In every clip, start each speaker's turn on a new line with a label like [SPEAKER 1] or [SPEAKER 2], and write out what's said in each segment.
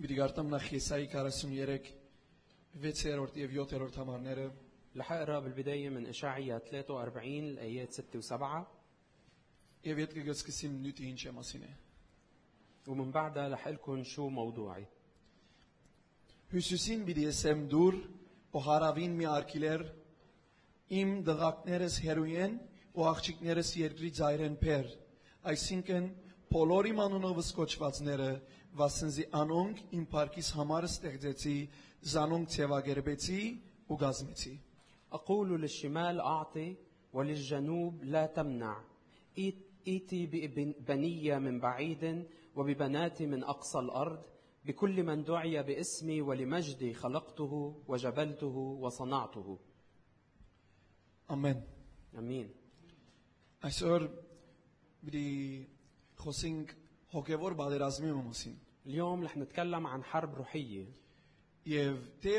[SPEAKER 1] Պիտի գարտամ նախ Եսայի 43 6-րդ եւ 7-րդ համարները
[SPEAKER 2] لحقرا بالبداية من إشعية 43 الآيات 6 و7
[SPEAKER 1] եւ իդ կգսկսիմ նյութի ինչ է մասին է։
[SPEAKER 2] ومن بعدها لحقلكن شو موضوعي
[SPEAKER 1] Հյուսիսին պիտի եսեմ դուր ու հարավին մի արկիլեր իմ դղակներս հերույեն ու աղջիկներս երկրի ծայրեն փեր։ Այսինքն բոլոր իմ անունով սկոչվածները վասնզի անոնք իմ парքից համար ստեղծեցի, զանոնք ցեվագերբեցի ու գազմեցի։
[SPEAKER 2] أقول للشمال أعطي وللجنوب لا تمنع إيت إيتي ببنية من بعيد وببناتي من أقصى الأرض بكل من دعي باسمي ولمجدي خلقته وجبلته وصنعته
[SPEAKER 1] Ամեն։
[SPEAKER 2] أمين
[SPEAKER 1] Այսօր պիտի խոսենք հոգևոր բادرազմի մասին։
[SPEAKER 2] اليوم رح نتكلم عن حرب روحية
[SPEAKER 1] Եվ դե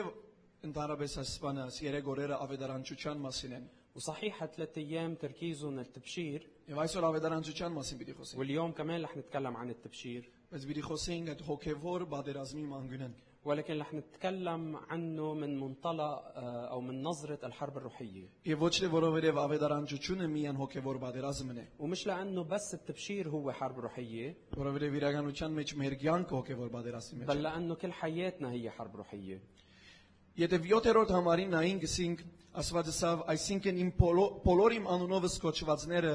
[SPEAKER 1] ընդհանրապես ասպանած երեք օրերը ավետարանչության մասին են։
[SPEAKER 2] وصحيح ثلاثة أيام تركيزهم التبشير
[SPEAKER 1] Եվ այսօր ավետարանչության մասին պիտի խոսենք։
[SPEAKER 2] واليوم كمان رح نتكلم عن التبشير
[SPEAKER 1] Բայց պիտի խոսենք այդ հոգևոր բادرազմի մանգունեն։
[SPEAKER 2] ولكن رح نتكلم عنه من منطلق آه، أو من نظرة الحرب الروحية
[SPEAKER 1] Եվ ոչ թե որովհետև ավետարանչությունը միայն հոգևոր բادرազմն է,
[SPEAKER 2] ومش لأنه بس التبشير هو حرب روحية
[SPEAKER 1] որովհետև իրականության մեջ մեր կյանքը հոգևոր բادرազմի մեջ։
[SPEAKER 2] بل لأنه كل حياتنا هي حرب روحية
[SPEAKER 1] է։ Եթե 7-րդ համարին նայենք, ասինք Աստված ասավ, այսինքն իմ բոլո- բոլոր իմ անունով սկոչվածները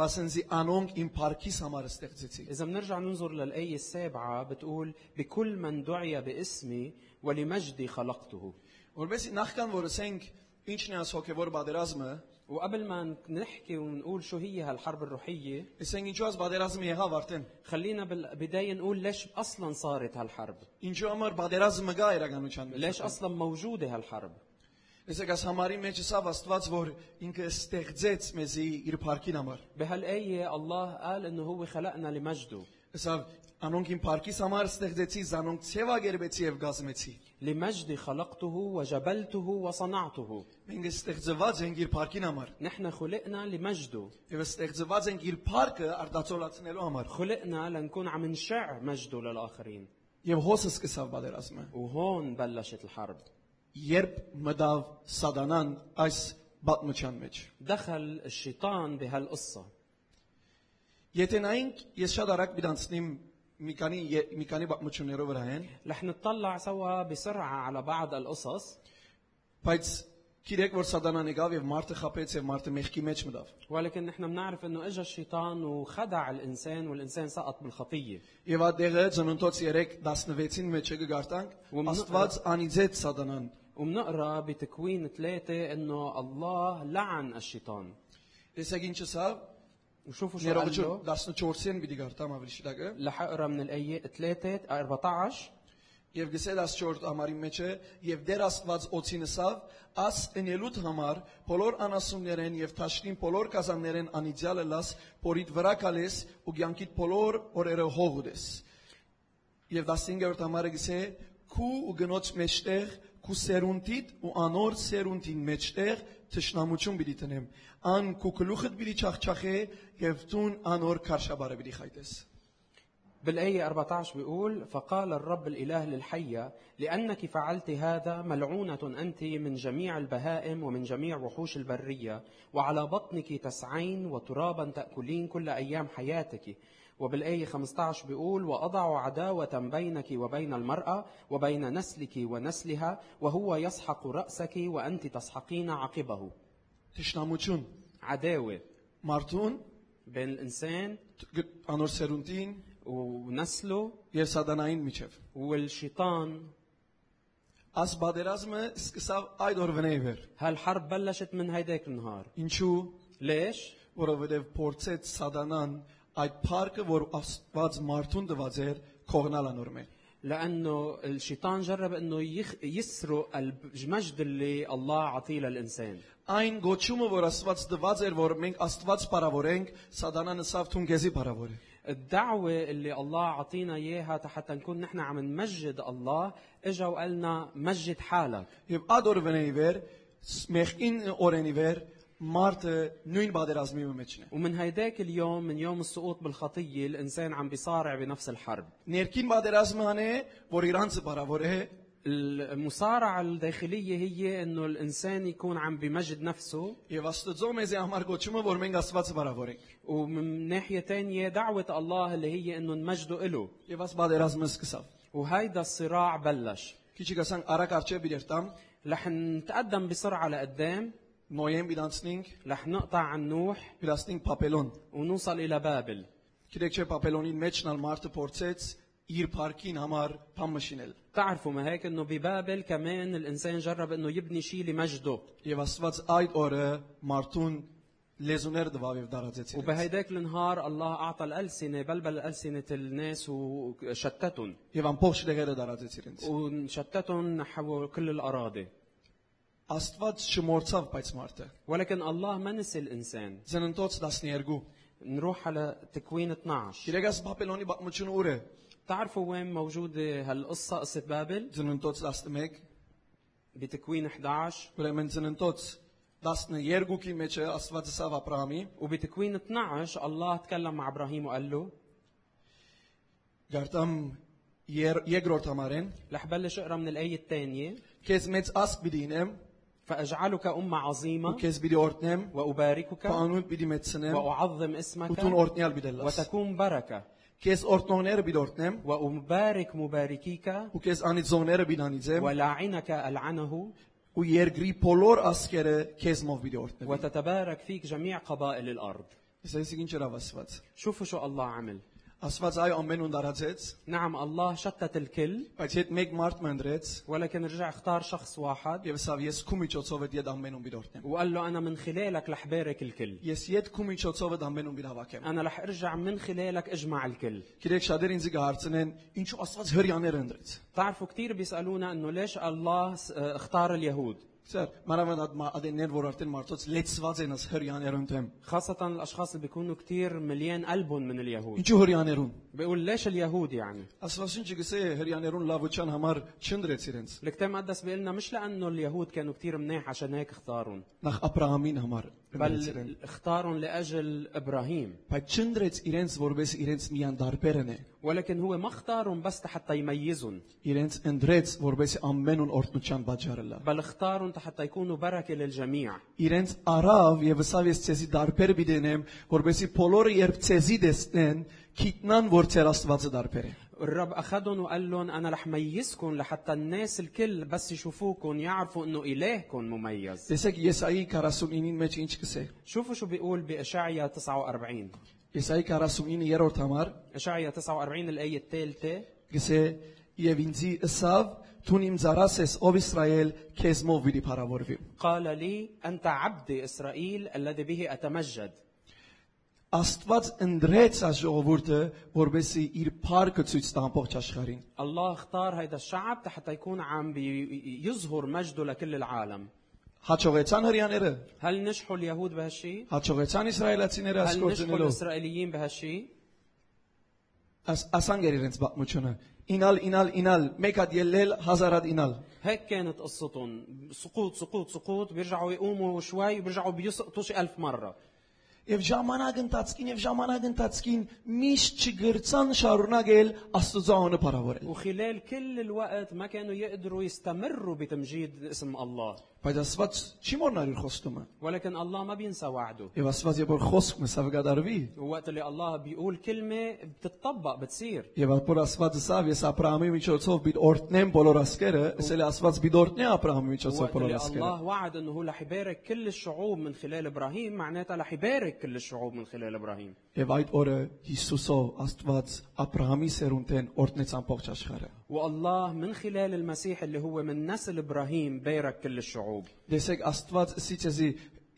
[SPEAKER 1] վասնզի անոնք իմ парքիս համար ստեղծեցի։
[SPEAKER 2] إذا بنرجع ننظر للآية السابعة بتقول بكل من دعي باسمي ولمجدي خلقته
[SPEAKER 1] Որովհետև նախքան որ ասենք ինչն է աս հոգևոր բادرազմը,
[SPEAKER 2] وقبل ما نحكي ونقول شو هي هالحرب الروحية
[SPEAKER 1] ասենք ինչու աս բادرազմը եղավ արդեն։
[SPEAKER 2] خلينا بالبداية نقول ليش أصلا صارت هالحرب
[SPEAKER 1] Ինչու համար բادرազմը գա իրականության մեջ։
[SPEAKER 2] ليش أصلا موجودة هالحرب
[SPEAKER 1] Իսկ աս համարի մեջ ասավ Աստված, որ ինքը ստեղծեց մեզի իր парքին համար։
[SPEAKER 2] بهالآية الله قال إنه هو خلقنا لمجده
[SPEAKER 1] Ասավ, անոնք իմ парքիս համար ստեղծեցի, զանոնք ցեվագերբեցի եւ գազմեցի։
[SPEAKER 2] لمجدي خلقته وجبلته وصنعته
[SPEAKER 1] Մենք ստեղծված ենք իր парքին համար։
[SPEAKER 2] نحن خلقنا لمجده
[SPEAKER 1] Եվ ստեղծված ենք իր парքը արդացոլացնելու համար։
[SPEAKER 2] خلقنا لنكون عم نشع مجده للآخرين
[SPEAKER 1] Եվ հոսը սկսավ բادرազմը։
[SPEAKER 2] وهون بلشت الحرب
[SPEAKER 1] Երբ մտավ Սատանան այս բատմության մեջ։
[SPEAKER 2] دخل الشيطان بهالقصة
[SPEAKER 1] Եթե նայենք, ես շատ արագ մտածնեմ մի քանի մի քանի բատմություններով վրա են,
[SPEAKER 2] رح نتطلع سوا بسرعة على بعض القصص
[SPEAKER 1] բայց գիտեք որ Սատանան եկավ եւ մարդը խապեց եւ մարդը մեղքի մեջ մտավ։
[SPEAKER 2] ولكن نحن بنعرف انه اجى الشيطان وخدع الانسان والانسان سقط بالخطيه
[SPEAKER 1] Եվ ադեղը ծննդոց 3:16-ին մեջ է գարտանք
[SPEAKER 2] Ու մնա-
[SPEAKER 1] Աստված անիծեց սատանան
[SPEAKER 2] وبنقرا بتكوين ثلاثه انه الله լعن الشيطان
[SPEAKER 1] Տեսեք ինչ սա
[SPEAKER 2] وشوفوا شو قال
[SPEAKER 1] ներողություն
[SPEAKER 2] له
[SPEAKER 1] 14-ին պիտի գարտամ ավելի շտակը
[SPEAKER 2] رح اقرا من الايه 3 14
[SPEAKER 1] եւ գսել 14 համարի մեջ է եւ դեր Աստված օծին ասավ աս ընելուտ համար բոլոր անասուններեն եւ ճաշտին բոլոր կազաններեն անիծյալը լաս որիդ վրա կալես ու ցանկիդ բոլոր օրերը հող ուտես եւ 15-րդ համարը գսե քու ու գնոց մեջտեղ քու սերունդիդ ու անոր սերունդին մեջտեղ Տշնամություն պիտի տնեմ։ Ան քու գլուխդ պիտի չախչախե եւ ցուն անոր քարշաբարը պիտի խայտես։
[SPEAKER 2] بالايه 14 بيقول فقال الرب الاله للحيه لانك فعلت هذا ملعونه انت من جميع البهائم ومن جميع وحوش البريه وعلى بطنك تسعين وترابا تاكلين كل ايام حياتك وبالايه 15 بيقول واضع عداوه بينك وبين المراه وبين نسلك ونسلها وهو يسحق راسك وانت تسحقين عقبه
[SPEAKER 1] Տշնամություն
[SPEAKER 2] عداوه
[SPEAKER 1] մարդուն
[SPEAKER 2] بين الانسان
[SPEAKER 1] տ- գ- անոր սերունդին
[SPEAKER 2] ونسله
[SPEAKER 1] եւ սատանային միջև։
[SPEAKER 2] والشيطان
[SPEAKER 1] Աս բادرազմը սկսավ այդ օրվանե վեր։
[SPEAKER 2] هالحرب بلشت من هيداك النهار
[SPEAKER 1] Ինչու
[SPEAKER 2] ليش؟
[SPEAKER 1] որովհետև փորձեց սատանան այդ парքը, որ Աստված մարդուն տված էր, կողնալ անոր մեջ։
[SPEAKER 2] لأنه الشيطان جرب أنه يخ... يسرق المجد اللي الله عطيه للإنسان
[SPEAKER 1] Այն գոչումը, որ Աստված տված էր, որ մենք Աստված բարավորենք, Սատանան ասավ ցուն քեզի բարավորի։
[SPEAKER 2] الدعوة اللي الله عطينا إياها حتى نكون نحن عم نمجد الله إجا وقالنا مجد حالك
[SPEAKER 1] Եվ ադորվենի վեր, մեղքին օրենի վեր, մարդը նույն բادرազմի մեջն է։
[SPEAKER 2] ومن هيداك اليوم من يوم السقوط بالخطية الإنسان عم بيصارع بنفس الحرب
[SPEAKER 1] Ներքին բادرազմը հան է, որ իրանցը բարավոր է,
[SPEAKER 2] المصارعة الداخلية هي أنه الإنسان يكون عم بمجد نفسه
[SPEAKER 1] եւ Աստծո մեզի համար գոչումը, որ մենք Աստվածը բարավոր ենք։
[SPEAKER 2] ومن ناحية تانية دعوة الله اللي هي أنه نمجده إله
[SPEAKER 1] Եվ աս բادرազմը սկսավ։
[SPEAKER 2] وهيدا الصراع بلش
[SPEAKER 1] Քիչ գասան արագ արջե իր տամ,
[SPEAKER 2] رح نتقدم بسرعة لقدام
[SPEAKER 1] նոյեմբեր իրանցնինք,
[SPEAKER 2] رح نقطع عن نوح
[SPEAKER 1] իրանցնինք Պապելոն։
[SPEAKER 2] ونوصل إلى بابل
[SPEAKER 1] Գիտեք չէ Պապելոնին մեջն ալ մարդը փորձեց իր парքին համար փամշինել։
[SPEAKER 2] تعرفوا ما هيك أنه ببابل كمان الإنسان جرب أنه يبني شيء لمجده
[SPEAKER 1] Եվ Աստված այդ օրը մարդուն լեզուներ տվավ եւ դարաձեցին։ իրենց։
[SPEAKER 2] وبهيداك النهار الله أعطى الألسنة بلبل ألسنة الناس وشتتهم
[SPEAKER 1] Եվ ամբողջ դեղերը դարաձեց իրենց։
[SPEAKER 2] وشتتهم نحو كل الأراضي
[SPEAKER 1] Աստված չմորցավ բայց մարդը։
[SPEAKER 2] ولكن الله ما نسي الإنسان
[SPEAKER 1] Զննտոց 12։
[SPEAKER 2] نروح على تكوين 12
[SPEAKER 1] Գիրեգաս Բաբելոնի պատմությունը ուր է։
[SPEAKER 2] تعرفوا وين موجودة هالقصة قصة بابل
[SPEAKER 1] Զննտոց 11։
[SPEAKER 2] بتكوين 11
[SPEAKER 1] Ուրեմն զննտոց 12-ի մեջ է Աստվածը սավ Աբրահամի,
[SPEAKER 2] وبتكوين 12 الله تكلم مع إبراهيم وقال له
[SPEAKER 1] գարտամ եր- երկրորդ համարեն,
[SPEAKER 2] رح بلش اقرا من الآية الثانية
[SPEAKER 1] քեզ մեծ ասպ պիտի ինեմ,
[SPEAKER 2] فأجعلك أمة
[SPEAKER 1] ու
[SPEAKER 2] عظيمة
[SPEAKER 1] քեզ պիտի օրտնեմ, քո
[SPEAKER 2] وأباركك
[SPEAKER 1] անուն պիտի մեծնեմ,
[SPEAKER 2] وأعظم
[SPEAKER 1] ու տուն
[SPEAKER 2] اسمك
[SPEAKER 1] օրտնյալ պիտի լաս։
[SPEAKER 2] وتكون بركة
[SPEAKER 1] Քեզ օրտնողները պիտի օրտնեմ,
[SPEAKER 2] وأبارك مباركيك
[SPEAKER 1] ու քեզ անիծողները պիտի անիծեմ,
[SPEAKER 2] ولعنك ألعنه
[SPEAKER 1] ու երկրի բոլոր ասկերը քեզ մով պիտի օրտնեմ։
[SPEAKER 2] وتتبارك فيك جميع قبائل الأرض
[SPEAKER 1] Իսկ այսինքն ինչ էր Աստված։
[SPEAKER 2] شوفوا شو الله عمل
[SPEAKER 1] Աստված այ ամենուն դարացեց,
[SPEAKER 2] نعم الله شتت الكل
[SPEAKER 1] բայց հետ մեկ մարդ մնդրեց
[SPEAKER 2] ولكن رجع اختار شخص واحد
[SPEAKER 1] եւ ասավ ես քու միջոցով այդ յետ ամենուն բիդորտնեմ։
[SPEAKER 2] وقال له أنا من خلالك رح بارك الكل
[SPEAKER 1] Ես յետ քու միջոցով այդ ամենուն բիդավակեմ։
[SPEAKER 2] أنا رح أرجع من خلالك أجمع الكل
[SPEAKER 1] Գիտեք շատեր ինձ գահարցնեն, ինչու Աստված հрьяները ընդրեց։
[SPEAKER 2] تعرفوا كثير بيسألونا أنه ليش الله س- آه، اختار اليهود
[SPEAKER 1] Սեր, մանավանդ այդ մա- ադեններ, որ արդեն մարդոց լեցված են աս հрьяները ընդեմ։
[SPEAKER 2] خاصة الأشخاص اللي بيكونوا كثير مليان قلبهم من اليهود
[SPEAKER 1] Ինչու հрьяներուն։
[SPEAKER 2] بيقول ليش اليهود يعني
[SPEAKER 1] Աստված ինչ գսե հрьяներուն լավության համար չնդրեց իրենց,
[SPEAKER 2] الكتاب المقدس بيقول لنا مش لأنه اليهود كانوا كثير مناح عشان هيك اختارهم
[SPEAKER 1] նախ Աբրահամին համար։ ընդրեց իրեն,
[SPEAKER 2] بل اختارهم لأجل إبراهيم
[SPEAKER 1] Բայց չնդրեց իրենց, որպես իրենց միան դարբերն է։
[SPEAKER 2] ولكن هو ما اختارهم بس حتى يميزهم
[SPEAKER 1] Իրենց ընդրեց, որպես ամենուն օրտնության բաժարը լա։
[SPEAKER 2] بل اختارهم حتى يكونوا بركة للجميع
[SPEAKER 1] իրենց առավ եւ հսավ ես ցեզի դարբեր բիդենեմ որբեսի բոլորը երբ ցեզի դեսնեն քիտնան որ ցեր աստվածը դարբեր է
[SPEAKER 2] الرب أخذهم وقال لهم أنا رح ميزكم لحتى الناس الكل بس يشوفوكم يعرفوا إنه إلهكم مميز
[SPEAKER 1] տեսեք եսայի 49-ին մեջ ինչ կսե
[SPEAKER 2] شوفوا شو بيقول بإشعيا 49
[SPEAKER 1] եսայի 49-րդ համար
[SPEAKER 2] إشعيا 49 الآية الثالثة
[SPEAKER 1] կսե եւ ինձի ըսավ Թուն իմ զարասես ով Իսրայել քեզ մով վիդի փարավորվի
[SPEAKER 2] قال لي أنت عبدي إسرائيل الذي به أتمجد
[SPEAKER 1] Աստված ընդրեց այս ժողովուրդը որբեսի իր փառքը ցույց տա ամբողջ աշխարհին
[SPEAKER 2] الله اختار هيدا الشعب حتى يكون عم بي- يظهر مجده لكل العالم
[SPEAKER 1] հաջողեցան հрьяները
[SPEAKER 2] هل نجحوا اليهود بهالشيء؟
[SPEAKER 1] հաջողեցան իսրայելացիները այս
[SPEAKER 2] هل نجحوا
[SPEAKER 1] գործունելով
[SPEAKER 2] الاسرائيليين بهالشيء؟
[SPEAKER 1] Աս ասանգեր իրենց պատմությունը։ Ինալ, ինալ, ինալ, մեկ հատ ելել, հազար հատ ինալ։
[SPEAKER 2] هيك كانت قصتهم سقوط سقوط سقوط بيرجعوا يقوموا شوي بيرجعوا بيسقطوا شي ألف مرة
[SPEAKER 1] Եվ ժամանակ ընթացքին եւ ժամանակ ընթացքին միշտ չգրցան շարունակել Աստծո անունը բարավորել։
[SPEAKER 2] وخلال كل الوقت ما كانوا يقدروا يستمروا بتمجيد اسم الله
[SPEAKER 1] Բայց Աստված չի մոռնալ իր խոստումը։
[SPEAKER 2] ولكن الله ما بينسى وعده
[SPEAKER 1] Եվ Աստված երբ որ խոսքը մսավ գդարվի,
[SPEAKER 2] وقت اللي الله بيقول كلمة بتتطبق بتصير
[SPEAKER 1] եւ երբ որ Աստվածը ասավ, ես Աբրահամի միջոցով պիտի օրտնեմ բոլոր ասկերը, ասել է Աստված պիտի օրտնե Աբրահամի միջոցով
[SPEAKER 2] وقت
[SPEAKER 1] բոլոր
[SPEAKER 2] اللي
[SPEAKER 1] ասկերը։
[SPEAKER 2] الله وعد انه هو رح يبارك كل الشعوب من خلال ابراهيم معناتها رح يبارك كل الشعوب من خلال ابراهيم
[SPEAKER 1] Եվ այդ օրը Հիսուսով Աստված Աբրահամի սերունդեն օրտնեց ամբողջ աշխարհը։
[SPEAKER 2] والله من خلال المسيح اللي هو من نسل ابراهيم بارك كل الشعوب
[SPEAKER 1] Դեսեք Աստված սիցեզի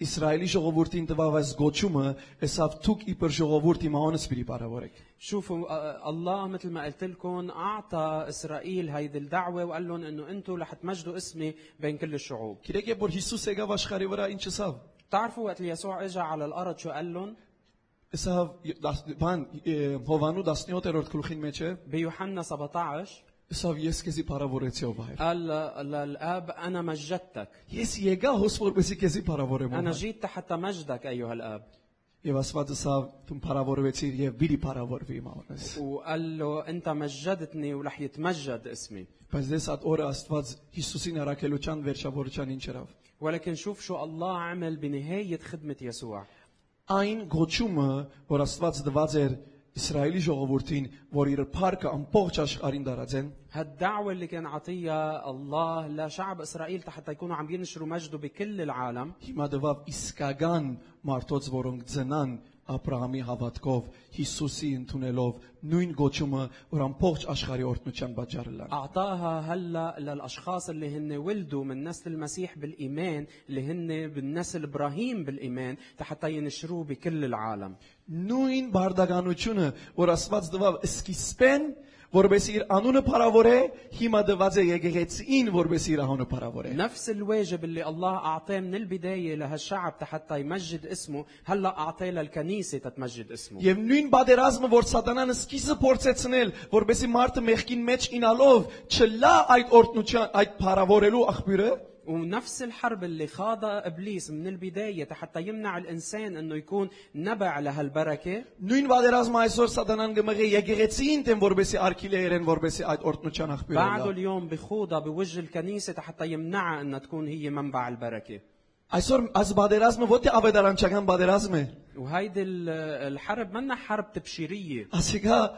[SPEAKER 1] Իսրայելի ժողովրդին տվավ այս գոչումը, ասավ դուք իբր ժողովուրդ իմ անունս պիտի բարավորեք։
[SPEAKER 2] شوفوا آه، الله مثل ما قلت لكم اعطى اسرائيل هيدي الدعوه وقال لهم انه انتم رح تمجدوا اسمي بين كل الشعوب
[SPEAKER 1] Գիտեք, երբ որ Հիսուս եկավ աշխարհի վրա, ինչ ասավ։
[SPEAKER 2] بتعرفوا وقت اللي يسوع اجى على الارض شو قال لهم
[SPEAKER 1] Ասավ, ե- դաս- բան, ե- Հովանու 17-րդ գլուխին մեջ է,
[SPEAKER 2] بيوحنا 17
[SPEAKER 1] Սավ ես քեզի բարավորեցի ով հայր։
[SPEAKER 2] قال ل- للآب أنا مجدتك
[SPEAKER 1] Ես եկա հոս որպեսի քեզի բարավորեմ։ ով
[SPEAKER 2] أنا
[SPEAKER 1] հայր։
[SPEAKER 2] جئت حتى مجدك أيها الآب
[SPEAKER 1] Եվ Աստվածը սավ դու բարավորվեցի եւ պիտի բարավորվի մամաս։
[SPEAKER 2] وقال له أنت مجدتني ورح يتمجد اسمي
[SPEAKER 1] Բայց դες այդ օրը Աստված Հիսուսին առաքելության վերջավորության ինչ արավ։
[SPEAKER 2] ولكن شوف شو الله عمل بنهاية خدمة يسوع
[SPEAKER 1] Այն գոչումը, որ Աստված տված էր Իսրայելի ժողովրդին, որ իր փառքը ամբողջ աշխարհին դարածեն,
[SPEAKER 2] هالدعوة اللي كان عطيها الله لشعب إسرائيل حتى يكونوا عم ينشروا مجده بكل العالم
[SPEAKER 1] հիմա դվավ իսկական մարդոց, որոնք ծնան Աբրահամի հավատքով, Հիսուսի ընդունելով նույն գոչումը, որ ամբողջ աշխարհի օրտնության բաժարելան։
[SPEAKER 2] أعطاها هلا للأشخاص اللي هن ولدوا من نسل المسيح بالإيمان اللي هن بالنسل إبراهيم بالإيمان حتى ينشروه بكل العالم
[SPEAKER 1] նույն բարդականությունը, որ Աստված տվավ սկիզբեն, որբես իր անունը փառավորե, հիմա դված է եկեղեցին, որբես իր անունը փառավորե։
[SPEAKER 2] نفس الواجب اللي الله أعطاه من البداية لهالشعب حتى يمجد اسمه هلا أعطاه للكنيسة تتمجد اسمه
[SPEAKER 1] Եվ նույն բادرազմը, որ սատանան սկիզբը փորձեցնել, որբեսի մարդը մեղքին մեջ ինալով չլա այդ օրտնության, այդ փառավորելու աղբյուրը,
[SPEAKER 2] ونفس الحرب اللي خاضها ابليس من البدايه حتى يمنع الانسان انه يكون نبع لهالبركه
[SPEAKER 1] նույն բادرազմը այսօր սատանան գմղի եկեղեցին, դեմ որբեսի արքիլերեն, որբեսի այդ օրտնության աղբյուրը։
[SPEAKER 2] بعده
[SPEAKER 1] լա։
[SPEAKER 2] اليوم بخوضها بوجه الكنيسه حتى يمنعها انها تكون هي منبع البركه
[SPEAKER 1] Այսօր այս բادرազմը ոչ թե ավետարանչական բادرազմ է,
[SPEAKER 2] وهيدي ال- الحرب منا حرب تبشيريه
[SPEAKER 1] ասիկա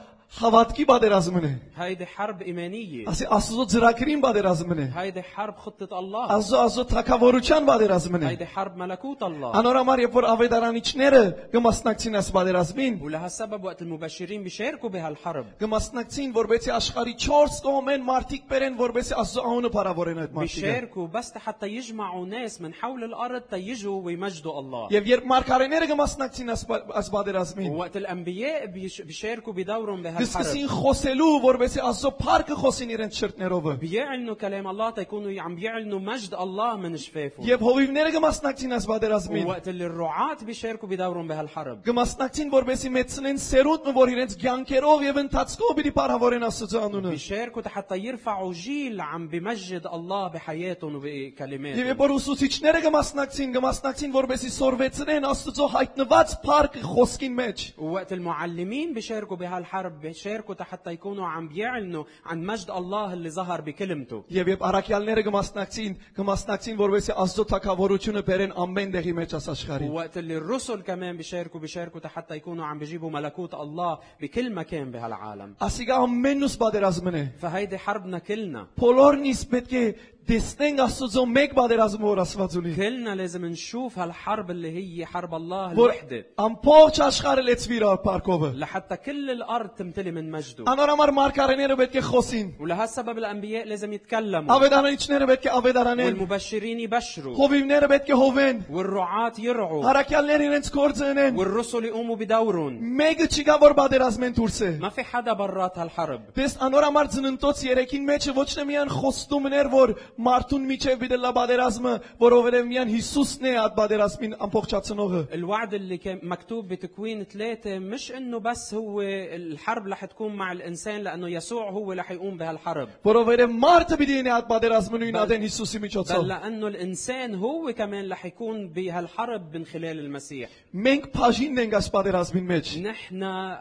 [SPEAKER 1] հավատքի բادرազմն է։
[SPEAKER 2] هيدي حرب ايمانيه
[SPEAKER 1] Ասի Աստծո ծրագրին պատերազմն է։
[SPEAKER 2] هيدي حرب خطه الله
[SPEAKER 1] Աստծո Աստծո թակավորության պատերազմն է։
[SPEAKER 2] هيدي حرب ملكوت الله
[SPEAKER 1] Անորամար երբ որ ավետարանիչները կմասնակցին այս պատերազմին,
[SPEAKER 2] ولهالسبب وقت المبشرين بيشاركوا بهالحرب
[SPEAKER 1] կմասնակցին, որբեսի աշխարի 4 կողմեն մարդիկ բերեն, որբեսի Աստծո անունը բարավորեն այդ մարդիկը։
[SPEAKER 2] بيشاركوا بس حتى يجمعوا ناس من حول الارض تيجوا ويمجدوا الله
[SPEAKER 1] Եվ երբ մարգարեները կմասնակցին այս պա- այս պատերազմին,
[SPEAKER 2] ووقت الانبياء بيش- بيشاركوا بدورهم بهالحرب
[SPEAKER 1] կսկսին խոսելու, որբեսի Աստծո փառքը խոսին իրենց շրթներովը։
[SPEAKER 2] بيعلنوا كلام الله تيكونوا عم بيعلنوا مجد الله من شفافه
[SPEAKER 1] Եվ հովիվները կմասնակցին այս պատերազմին։
[SPEAKER 2] ووقت اللي الرعاة بيشاركوا بدورهم بهالحرب
[SPEAKER 1] Կմասնակցին, որբեսի մեծնեն սերունդը, որ իրենց ցանկերով եւ ընթացքով պիտի բարավորեն Աստծո անունը։
[SPEAKER 2] بيشاركوا حتى يرفعوا جيل عم بمجد الله بحياتهم
[SPEAKER 1] Եվ երբ
[SPEAKER 2] وبكلماتهم
[SPEAKER 1] որ ուսուցիչները կմասնակցին, կմասնակցին որպեսի սորվեցնեն Աստծո հայտնված փառք խոսքին մեջ։
[SPEAKER 2] ووقت المعلمين بيشاركوا بهالحرب بيشاركوا حتى يكونوا عم بيعلنوا عن مجد الله اللي ظهر بكلمته
[SPEAKER 1] Եվ երբ առաքյալները կմասնակցին, կմասնակցին որպեսի Աստծո թակավորությունը բերեն ամեն դեղի մեջ աս աշխարհին։
[SPEAKER 2] ووقت اللي الرسل كمان بيشاركوا بيشاركوا حتى يكونوا عم بيجيبوا ملكوت الله بكل مكان بهالعالم
[SPEAKER 1] Ասիկա ամենուս պատերազմն է։
[SPEAKER 2] فهيدي حربنا كلنا
[SPEAKER 1] Բոլորն իսկ պետք է տեսնեն Աստծո մեկ պատերազմը, որ Աստված ունի։
[SPEAKER 2] كلنا لازم نشوف هالحرب اللي هي حرب
[SPEAKER 1] Որ
[SPEAKER 2] الله الوحدة
[SPEAKER 1] ամբողջ աշխարհը լեցվի իր փառքովը։
[SPEAKER 2] لحتى كل الأرض تمتلي من مجده
[SPEAKER 1] Անորամար մարգարեները պետք է խոսին։
[SPEAKER 2] ولهالسبب الأنبياء لازم يتكلموا
[SPEAKER 1] Ավետարանիչները պետք է ավետարանեն։
[SPEAKER 2] والمبشرين يبشروا
[SPEAKER 1] Հովիվները պետք է հովեն։
[SPEAKER 2] والرعاة يرعوا
[SPEAKER 1] Հարակյալները իրենց գործը ունեն։
[SPEAKER 2] والرسل يقوموا بدورهم
[SPEAKER 1] Մեկը չկա որ բادرազմեն դուրս է։
[SPEAKER 2] ما في حدا برات هالحرب
[SPEAKER 1] Դες անորամար ծննդոց երեքին մեջը ոչ թե միայն խոստումներ որ մարդուն միջև դելա բادرազմը, որովհետև միայն Հիսուսն է այդ բادرազմին ամբողջացնողը։
[SPEAKER 2] الوعد اللي كان مكتوب بتكوين ثلاثة مش انه بس هو الحرب رح تكون مع الانسان لانه يسوع هو رح يقوم بهالحرب
[SPEAKER 1] Որովհետև մարդը պիտի ունի այդ բادرազմը նույն ադեն Հիսուսի
[SPEAKER 2] بل
[SPEAKER 1] միջոցով։
[SPEAKER 2] لانه الانسان هو كمان رح يكون بهالحرب من خلال المسيح
[SPEAKER 1] Մենք բաժինն ենք այս բادرազմին մեջ։
[SPEAKER 2] نحن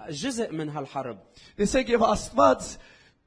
[SPEAKER 2] جزء من هالحرب
[SPEAKER 1] Տեսեք եւ Աստված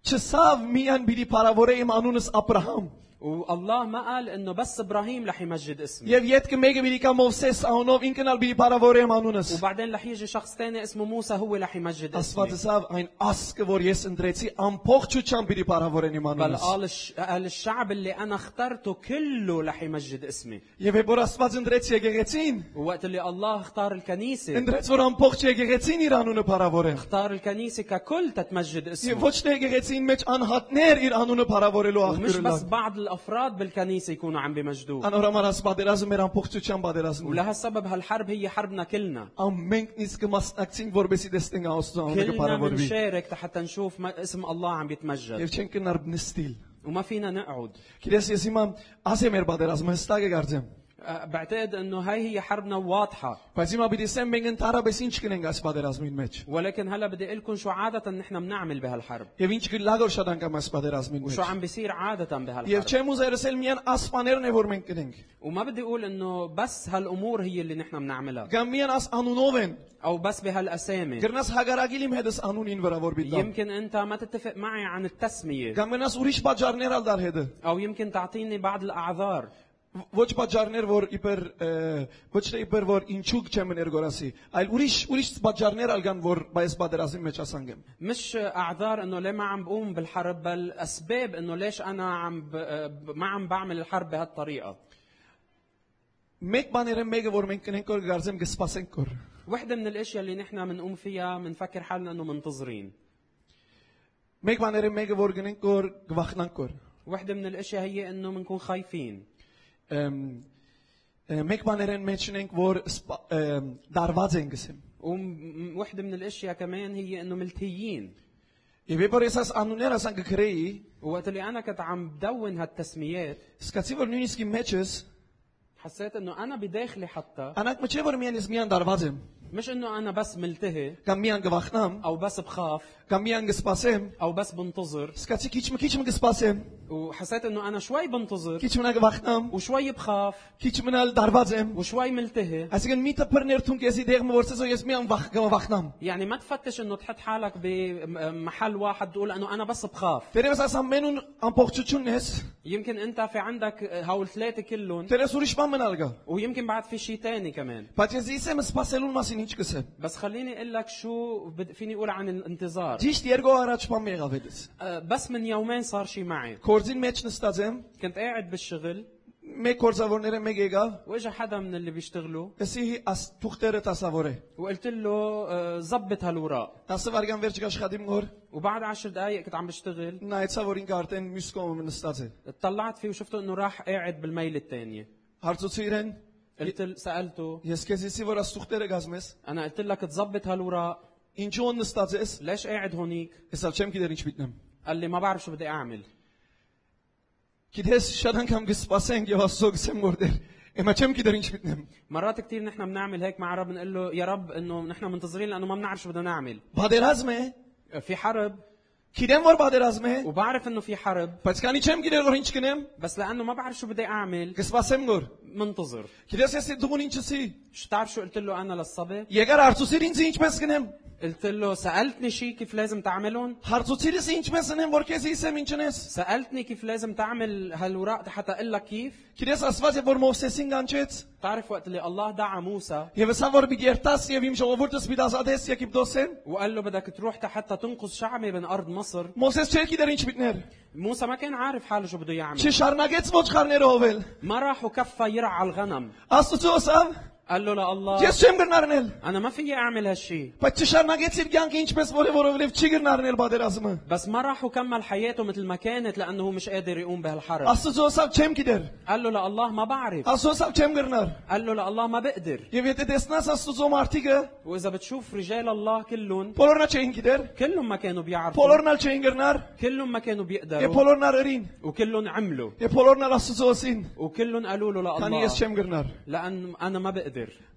[SPEAKER 1] չսավ միայն պիտի բարավորե իմ անունս Աբրահամ։
[SPEAKER 2] والله ما قال انه بس ابراهيم رح يمجد اسمي
[SPEAKER 1] Եվ յետքը մեկը պիտի կա Մովսես անունով ինքն ալ պիտի բարավորե իմ անունս։
[SPEAKER 2] وبعدين رح يجي شخص ثاني اسمه موسى هو رح يمجد اسمي
[SPEAKER 1] Աստվածով այն ասկը, որ ես ընդրեցի, ամբողջությամբ պիտի բարավորեն իմ
[SPEAKER 2] بل
[SPEAKER 1] անունս։
[SPEAKER 2] قال الش- قال الشعب اللي انا اخترته كله رح يمجد اسمي
[SPEAKER 1] Եվ երբ որ Աստված ընդրեց եկեղեցին,
[SPEAKER 2] ووقت اللي الله اختار الكنيسه
[SPEAKER 1] ընդրեց որ ամբողջ եկեղեցին իր անունը բարավորեն։
[SPEAKER 2] اختار الكنيسة ككل تتمجد
[SPEAKER 1] Եվ
[SPEAKER 2] اسمه
[SPEAKER 1] ոչ թե եկեղեցին մեջ անհատներ իր անունը բարավորելու
[SPEAKER 2] ومش
[SPEAKER 1] աղբյուրը։
[SPEAKER 2] بس بعض الأفراد بالكنيسة يكونوا عم بمجدوه
[SPEAKER 1] Անորամար Աստված դերազմ մեր ամբողջությամբ դերազմ։
[SPEAKER 2] ولهالسبب هالحرب هي حربنا كلنا
[SPEAKER 1] Ամենք իսկ մասնակցին, որբեսի դեստենք Աստծո անունը
[SPEAKER 2] كلنا
[SPEAKER 1] բարավորվի։
[SPEAKER 2] بنشارك حتى نشوف ما اسم الله عم بيتمجد
[SPEAKER 1] Եվ չենք կնարբնստիլ։
[SPEAKER 2] وما فينا نقعد
[SPEAKER 1] Գիտես ես հիմա ասեմ մեր բادرազմը հստակ է կարծեմ։
[SPEAKER 2] أ- أه، بعتقد انه هاي هي حربنا واضحه
[SPEAKER 1] Բայց հիմա պիտի ասեմ մենք ընդհանրապես ինչ կնենք այս պատերազմին մեջ։
[SPEAKER 2] ولكن هلا بدي اقول لكم شو عاده نحن بنعمل بهالحرب
[SPEAKER 1] Եվ ինչ գլագորշად անգամ այս պատերազմին
[SPEAKER 2] شو
[SPEAKER 1] մեջ։
[SPEAKER 2] عم بيصير عاده
[SPEAKER 1] Եվ
[SPEAKER 2] بهالحرب
[SPEAKER 1] չեմ ուզեր ասել միան ասպաներն է որ մենք կնենք։
[SPEAKER 2] وما بدي اقول انه بس هالامور هي اللي نحن بنعملها
[SPEAKER 1] Կամ միան աս անունով են։
[SPEAKER 2] او بس بهالاسامي
[SPEAKER 1] Գրնաս հագարագիլ իմ հետս անունին վրա որ պիտի։
[SPEAKER 2] يمكن انت ما تتفق معي عن التسميه
[SPEAKER 1] Կամ գնաս ուրիշ բաժարներ ալ դար հետը։
[SPEAKER 2] او يمكن تعطيني بعض الاعذار
[SPEAKER 1] Ո- Ոչ բաժարներ որ իբր ը, ոչ թե իբր որ ինչու չեմ ներգորասի, այլ ուրիշ ուրիշ բաժարներ ալ կան որ բայց պատերազմի մեջ ասանգեմ։
[SPEAKER 2] مش اعذار انه ليه ما عم بقوم بالحرب بل اسباب انه ليش انا عم ب... ب- ما عم بعمل الحرب بهالطريقه
[SPEAKER 1] Մեկ բաները մեկը որ մենք կնենք որ գարձեմ կսպասենք կոր։
[SPEAKER 2] وحده من الاشياء اللي نحن بنقوم فيها بنفكر حالنا انه منتظرين
[SPEAKER 1] Մեկ բաները մեկը որ գնենք որ գվախնանք կոր։
[SPEAKER 2] وحده من الاشياء هي انه بنكون خايفين
[SPEAKER 1] Ամ, ը, Մեկ բաներեն մեջնենք որ սպա- ամ, դարված ենք ասեմ։
[SPEAKER 2] ووحده من الاشياء كمان هي انه ملتهيين
[SPEAKER 1] Եվ երբ որ ես այս անունները ասան կգրեի,
[SPEAKER 2] وقت اللي انا كنت عم بدون هالتسميات
[SPEAKER 1] սկացի որ նույնիսկ իմ մեջս
[SPEAKER 2] حسيت انه انا بداخلي حتى
[SPEAKER 1] Անակ մቼ որ միան ես միան դարված եմ,
[SPEAKER 2] مش انه انا بس ملتهي
[SPEAKER 1] կամ միան գվախնամ,
[SPEAKER 2] او بس بخاف
[SPEAKER 1] կամ միան գսպասեմ,
[SPEAKER 2] او بس بنتظر
[SPEAKER 1] սկացի քիչ մը քիչ մը գսպասեմ,
[SPEAKER 2] وحسيت انه انا شوي بنتظر
[SPEAKER 1] քիչ մնա գվախնամ,
[SPEAKER 2] وشوي بخاف
[SPEAKER 1] քիչ մնալ դարված եմ։
[SPEAKER 2] وشوي ملتهي
[SPEAKER 1] Այսինքն մի տպր ներթուն քեզի դեղ մը որսես որ ես միան վախ գվախնամ։
[SPEAKER 2] يعني ما تفتش انه تحط حالك بمحل واحد تقول انه انا بس بخاف
[SPEAKER 1] Տերևս ասա մենուն ամբողջությունն ես,
[SPEAKER 2] يمكن انت في عندك هول ثلاثه كلهم
[SPEAKER 1] տերևս ուրիշ բան մնալ գա։
[SPEAKER 2] ويمكن بعد في شيء تاني كمان
[SPEAKER 1] Բայց ես իսեմ սպասելուն մասին ինչ կսեմ։
[SPEAKER 2] بس خليني اقول لك شو بد- فيني اقول عن الانتظار
[SPEAKER 1] Ճիշտ երկու առաջ բան եղավ այդպես։
[SPEAKER 2] أه، بس من يومين صار شيء معي
[SPEAKER 1] Կորձին մեջ նստած եմ,
[SPEAKER 2] كنت قاعد بالشغل
[SPEAKER 1] մեկ կորձավորները մեկ եկավ,
[SPEAKER 2] واجا حدا من اللي بيشتغلوا
[SPEAKER 1] ասի աս թուղթերը տասավորե։
[SPEAKER 2] وقلت له أه، زبط هالوراق
[SPEAKER 1] 10 վարգան վերջ աշխատիմ գոր,
[SPEAKER 2] وبعد عشر دقائق كنت عم بشتغل
[SPEAKER 1] նայեցա որ ինքը արդեն մյուս կողմը նստած է։
[SPEAKER 2] اطلعت فيه وشفته انه راح قاعد بالميل الثانيه
[SPEAKER 1] Հարցուցի իրեն,
[SPEAKER 2] قلت ل- سالته
[SPEAKER 1] ես քեզ իսի որ աստուղտերը գազմես,
[SPEAKER 2] انا قلت لك تظبط هالوراق
[SPEAKER 1] ինչու ո՞ն նստած ես։
[SPEAKER 2] ليش قاعد هونيك
[SPEAKER 1] Հեսա չեմ գիտեր ինչ միտնեմ։
[SPEAKER 2] قال لي ما بعرف شو بدي اعمل
[SPEAKER 1] Գիտես շատ անգամ գսպասենք եւ աստծո գսեմ որտեր։ Էմա չեմ գիտեր ինչ միտնեմ։
[SPEAKER 2] مرات كثير نحن بنعمل هيك مع رب بنقول له يا رب انه نحن منتظرين لانه ما بنعرف شو بدنا نعمل
[SPEAKER 1] Բادերազմ է,
[SPEAKER 2] في حرب
[SPEAKER 1] գիտեմ որ բادرազմ է,
[SPEAKER 2] وبعرف انه في حرب
[SPEAKER 1] բայց քանի չեմ գիտեր որ ինչ կնեմ,
[SPEAKER 2] بس لانه ما بعرف شو بدي اعمل
[SPEAKER 1] գսպասեմ գոր։
[SPEAKER 2] منتظر
[SPEAKER 1] Գիտես ես դու ինչ ասի։
[SPEAKER 2] شو تعرف شو قلت له انا للصبي
[SPEAKER 1] Եկար հարցուցիր ինձ ինչպես կնեմ։
[SPEAKER 2] قلت له سالتني شيء كيف لازم تعملهم
[SPEAKER 1] Հարցուցիր ես ինչպես ընեմ որ քեզ իսեմ ինչնես։
[SPEAKER 2] سالتني كيف لازم تعمل هالوراق حتى اقول لك كيف
[SPEAKER 1] Գիտես աստված եւ որ Մովսեսին կանչեց,
[SPEAKER 2] تعرف وقت اللي الله دعا موسى
[SPEAKER 1] եւ հեսա որ մի գերտաս եւ իմ ժողովուրդս մի դասադես Եգիպտոսեն,
[SPEAKER 2] وقال له بدك تروح حتى تنقذ شعبي من ارض مصر
[SPEAKER 1] Մովսես չէր գիտեր ինչ միտներ։
[SPEAKER 2] موسى ما كان عارف حاله شو بده يعمل
[SPEAKER 1] Չշարնագեց ոչխարները հովել։
[SPEAKER 2] ما راح وكفى يرعى الغنم
[SPEAKER 1] Աստծո ասավ,
[SPEAKER 2] قال له لا الله
[SPEAKER 1] ես չեմ գնարնել։
[SPEAKER 2] انا ما فيي اعمل هالشي
[SPEAKER 1] Բայց չշարնագեց իր կյանքը ինչպես որ է, որովհետև չի գնարնել բادرազմը։
[SPEAKER 2] بس ما راح وكمل حياته مثل ما كانت لانه هو مش قادر يقوم بهالحرب
[SPEAKER 1] Աստծո ասավ չեմ գիտեր։
[SPEAKER 2] قال له لا الله ما بعرف
[SPEAKER 1] Աստծո ասավ չեմ գնար։
[SPEAKER 2] قال له لا الله ما بقدر
[SPEAKER 1] Եվ եթե տեսնաս Աստծո մարդիկը,
[SPEAKER 2] واذا بتشوف رجال الله كلهم
[SPEAKER 1] բոլորնա չէին գիտեր,
[SPEAKER 2] كلهم ما كانوا بيعرفوا
[SPEAKER 1] բոլորնալ չէին գնար,
[SPEAKER 2] كلهم ما كانوا
[SPEAKER 1] եւ
[SPEAKER 2] بيقدروا
[SPEAKER 1] բոլորնա ռերին,
[SPEAKER 2] وكلهم عملوا
[SPEAKER 1] եւ բոլորնալ Աստծո ասին,
[SPEAKER 2] وكلهم قالوا له لا
[SPEAKER 1] քանի ես
[SPEAKER 2] الله
[SPEAKER 1] չեմ գնար։
[SPEAKER 2] لان انا ما بقدر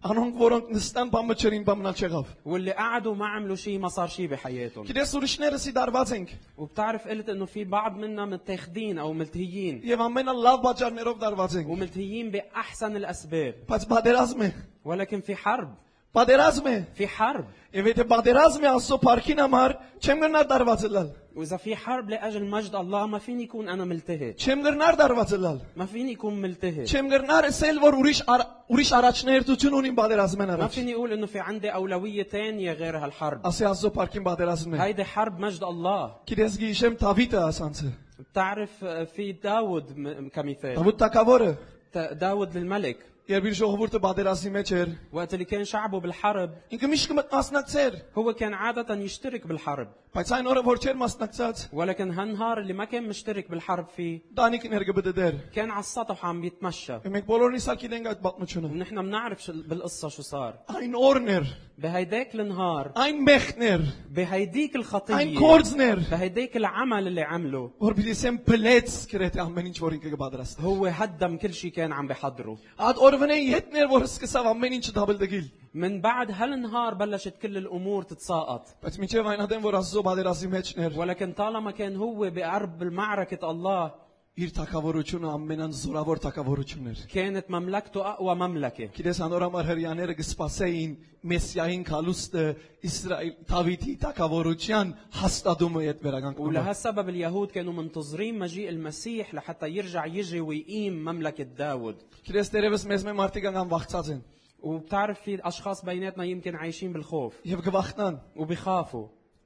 [SPEAKER 1] Անոնք որոնք նստան բամը չերին բամնալ չեղավ։
[SPEAKER 2] واللي قعدوا ما عملوا شيء ما صار شيء بحياتهم
[SPEAKER 1] Գիտես ուրիշներս ի դարված ենք
[SPEAKER 2] وبتعرف قلت انه في بعض منا متاخدين او ملتهيين
[SPEAKER 1] եւ ամենալավ բաժարներով դարված ենք։
[SPEAKER 2] وملتهيين باحسن الاسباب
[SPEAKER 1] Բայց բادرազմ է,
[SPEAKER 2] ولكن في حرب
[SPEAKER 1] բادرազմ է։
[SPEAKER 2] في حرب
[SPEAKER 1] Եվ եթե բادرազմ է Աստծո парքին համար, չեմ գնար դարված լալ։
[SPEAKER 2] واذا في حرب لاجل مجد الله ما فيني يكون انا ملتهي
[SPEAKER 1] Չեմ գնար դարված լալ։
[SPEAKER 2] ما فيني يكون ملتهي
[SPEAKER 1] Չեմ գնար ասել որ ուրիշ ար- ուրիշ առաջնահերթություն ունին բادرազմեն
[SPEAKER 2] ما
[SPEAKER 1] առաջ։
[SPEAKER 2] فيني اقول انه في عندي اولويه تانية غير هالحرب
[SPEAKER 1] Ասի Աստծո парքին բادرազմ է։
[SPEAKER 2] هيدي حرب مجد الله
[SPEAKER 1] Գիտես գիշեմ Դավիթը ասանցը։
[SPEAKER 2] بتعرف آه، في داود م- كمثال
[SPEAKER 1] Դավիթ Տակավորը
[SPEAKER 2] تا- داود الملك
[SPEAKER 1] երբ իր ժողովուրդը բادرազմի մեջ էր,
[SPEAKER 2] وقت اللي كان شعبه بالحرب
[SPEAKER 1] ինքը միշտ կմասնակցեր,
[SPEAKER 2] هو كان عادة يشترك بالحرب
[SPEAKER 1] բայց այն օրը որ չէր մասնակցած,
[SPEAKER 2] ولكن هالنهار اللي ما كان مشترك بالحرب فيه
[SPEAKER 1] Դանիկն էր գբդդեր։
[SPEAKER 2] كان على السطح عم يتمشى
[SPEAKER 1] Մենք բոլորնի սա գիտենք այդ պատմությունը։
[SPEAKER 2] ونحن بنعرف شو- بالقصة شو صار
[SPEAKER 1] Այն օրներ,
[SPEAKER 2] بهيداك النهار
[SPEAKER 1] այն մեխներ,
[SPEAKER 2] بهيديك
[SPEAKER 1] այն
[SPEAKER 2] الخطية
[SPEAKER 1] կորձներ,
[SPEAKER 2] بهيديك العمل اللي عمله
[SPEAKER 1] որ պիտի ասեմ բլեց գրեթե ամեն ինչ որ ինքը կպատրաստ։
[SPEAKER 2] هو هدم كل شيء كان عم بحضره
[SPEAKER 1] Հա, Այդ օր Երևանի հետներ որ սկսավ ամեն ինչ դաբլ դգիլ։
[SPEAKER 2] من بعد هالنهار بلشت كل الامور تتساقط
[SPEAKER 1] Բայց մինչև այն հատեմ որ Աստծո բادرասի մեջն էր
[SPEAKER 2] ولكن طالما كان هو بقرب معركة الله
[SPEAKER 1] իր թակավորությունը ամենան զորավոր թակավորությունն էր։
[SPEAKER 2] كانت مملكته أقوى مملكة
[SPEAKER 1] Գիտես անոր համար հрьяները կսպասեին մեսիային քալուստը Իսրայել Դավիթի թակավորության հաստատումը այդ վերականգնումը։
[SPEAKER 2] ولهالسبب اليهود كانوا منتظرين مجيء المسيح لحتى يرجع يجي ويقيم مملكة داود
[SPEAKER 1] Գիտես դերևս մեզ մեմ մարդիկ անգամ վախծած են
[SPEAKER 2] وبتعرف في أشخاص بيناتنا يمكن عايشين بالخوف
[SPEAKER 1] եւ կվախտնան։
[SPEAKER 2] وبيخافوا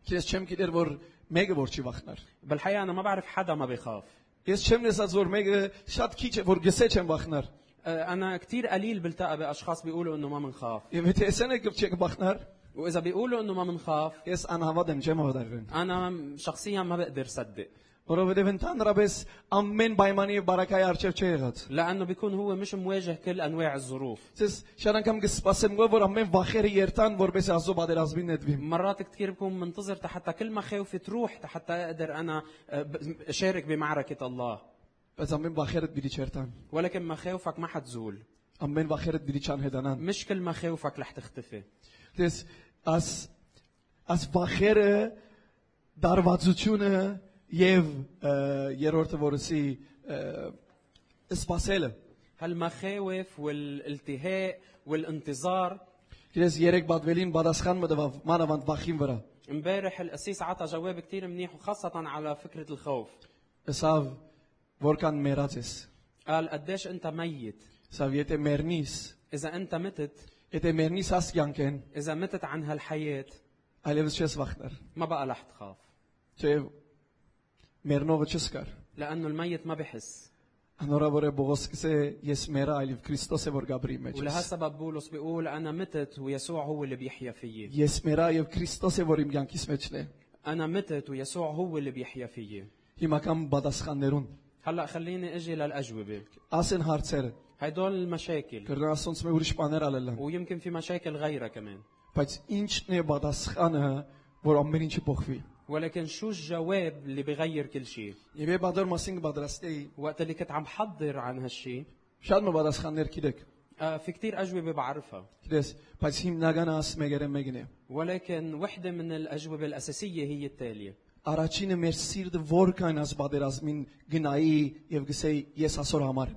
[SPEAKER 1] Գիտես չեմ գիտեր որ մեկը որ չի վախնար։
[SPEAKER 2] بالحقيقة أنا ما بعرف حدا ما بيخاف
[SPEAKER 1] Ես չեմ լսած որ մեկը շատ քիչ է որ գսե չեմ վախնար։
[SPEAKER 2] آه، أنا كتير قليل بلتقى بأشخاص بيقولوا إنه ما منخاف
[SPEAKER 1] Եվ եթե ասենը կը չեք վախնար,
[SPEAKER 2] وإذا بيقولوا إنه ما منخاف
[SPEAKER 1] ես անհավատ եմ չեմ հավատալվեն։
[SPEAKER 2] أنا م- شخصيا ما بقدر صدق
[SPEAKER 1] Որովհետև ընդհանրապես ամեն պայմանի եւ բարակայի արժեվ չի եղած։
[SPEAKER 2] لأنه بيكون هو مش مواجه كل أنواع الظروف
[SPEAKER 1] Ես շատ անգամ կսպասեմ գո որ ամեն վախերը երթան որպես ազո բادرազմին դեդվիմ։
[SPEAKER 2] مرات كتير بكون منتظر حتى كل مخاوفي تروح حتى أقدر أنا آه، ب- أشارك بمعركة الله
[SPEAKER 1] Բայց ամեն վախերը դի չերթան։
[SPEAKER 2] ولكن مخاوفك ما حتزول
[SPEAKER 1] Ամեն վախերը դի չան հետանան։
[SPEAKER 2] مش كل مخاوفك رح تختفي
[SPEAKER 1] Ես աս աս վախերը դարվածությունը եւ ը, երրորդը որսի սպասելը։
[SPEAKER 2] هالمخاوف والالتهاء والانتظار
[SPEAKER 1] Ես երեք բադվելին պատասխան մը տվավ մանավանդ վախին վրա։
[SPEAKER 2] امبارح القسيس عطى جواب كتير منيح وخاصة على فكرة الخوف
[SPEAKER 1] Սավ որքան մեռած ես։
[SPEAKER 2] قال قديش أنت ميت
[SPEAKER 1] Սավ եթե մեռնիս,
[SPEAKER 2] إذا أنت متت
[SPEAKER 1] եթե մեռնիս ասյանքեն,
[SPEAKER 2] إذا متت عن هالحياة
[SPEAKER 1] այլևս չես վախտար։
[SPEAKER 2] ما بقى رح تخاف
[SPEAKER 1] Չէ մեռնողը չսկար։
[SPEAKER 2] لأنه الميت ما بحس
[SPEAKER 1] Անորաբորե Բողոսկսը ես մեռա, այլև Քրիստոսը որ գաբրի մեջ։ ես։
[SPEAKER 2] ولهالسبب بولس بيقول أنا متت ويسوع هو اللي بيحيا فيي
[SPEAKER 1] Ես մեռա եւ Քրիստոսը որ իմ յանքիս մեջն է։
[SPEAKER 2] أنا متت ويسوع هو اللي بيحيا فيي
[SPEAKER 1] Հիմա կամ պատասխաններուն
[SPEAKER 2] هلا خليني اجي للاجوبه
[SPEAKER 1] ասեն հարցերը։
[SPEAKER 2] هيدول المشاكل
[SPEAKER 1] Կրնա ասոնց մե ուրիշ բաներ ալելան։
[SPEAKER 2] ويمكن في مشاكل غيرها كمان
[SPEAKER 1] Բայց ի՞նչն է պատասխանը, որ ամեն ինչը փոխվի։
[SPEAKER 2] ولكن شو الجواب اللي بغير كل شيء
[SPEAKER 1] Եվ եթե բادر մասին կպատրաստեի,
[SPEAKER 2] وقت اللي كنت عم حضر عن هالشيء
[SPEAKER 1] շատ մը պատասխաններ գիտեք։
[SPEAKER 2] آه، في كتير أجوبة بعرفها
[SPEAKER 1] Գիտես, բայց հիմնականը ասում եկերեմ մեկն է։
[SPEAKER 2] ولكن وحدة من الأجوبة الأساسية هي التالية
[SPEAKER 1] Առաջինը մեր սիրտը որքան աս պատերազմին գնայի եւ գսեի ես ասոր համար։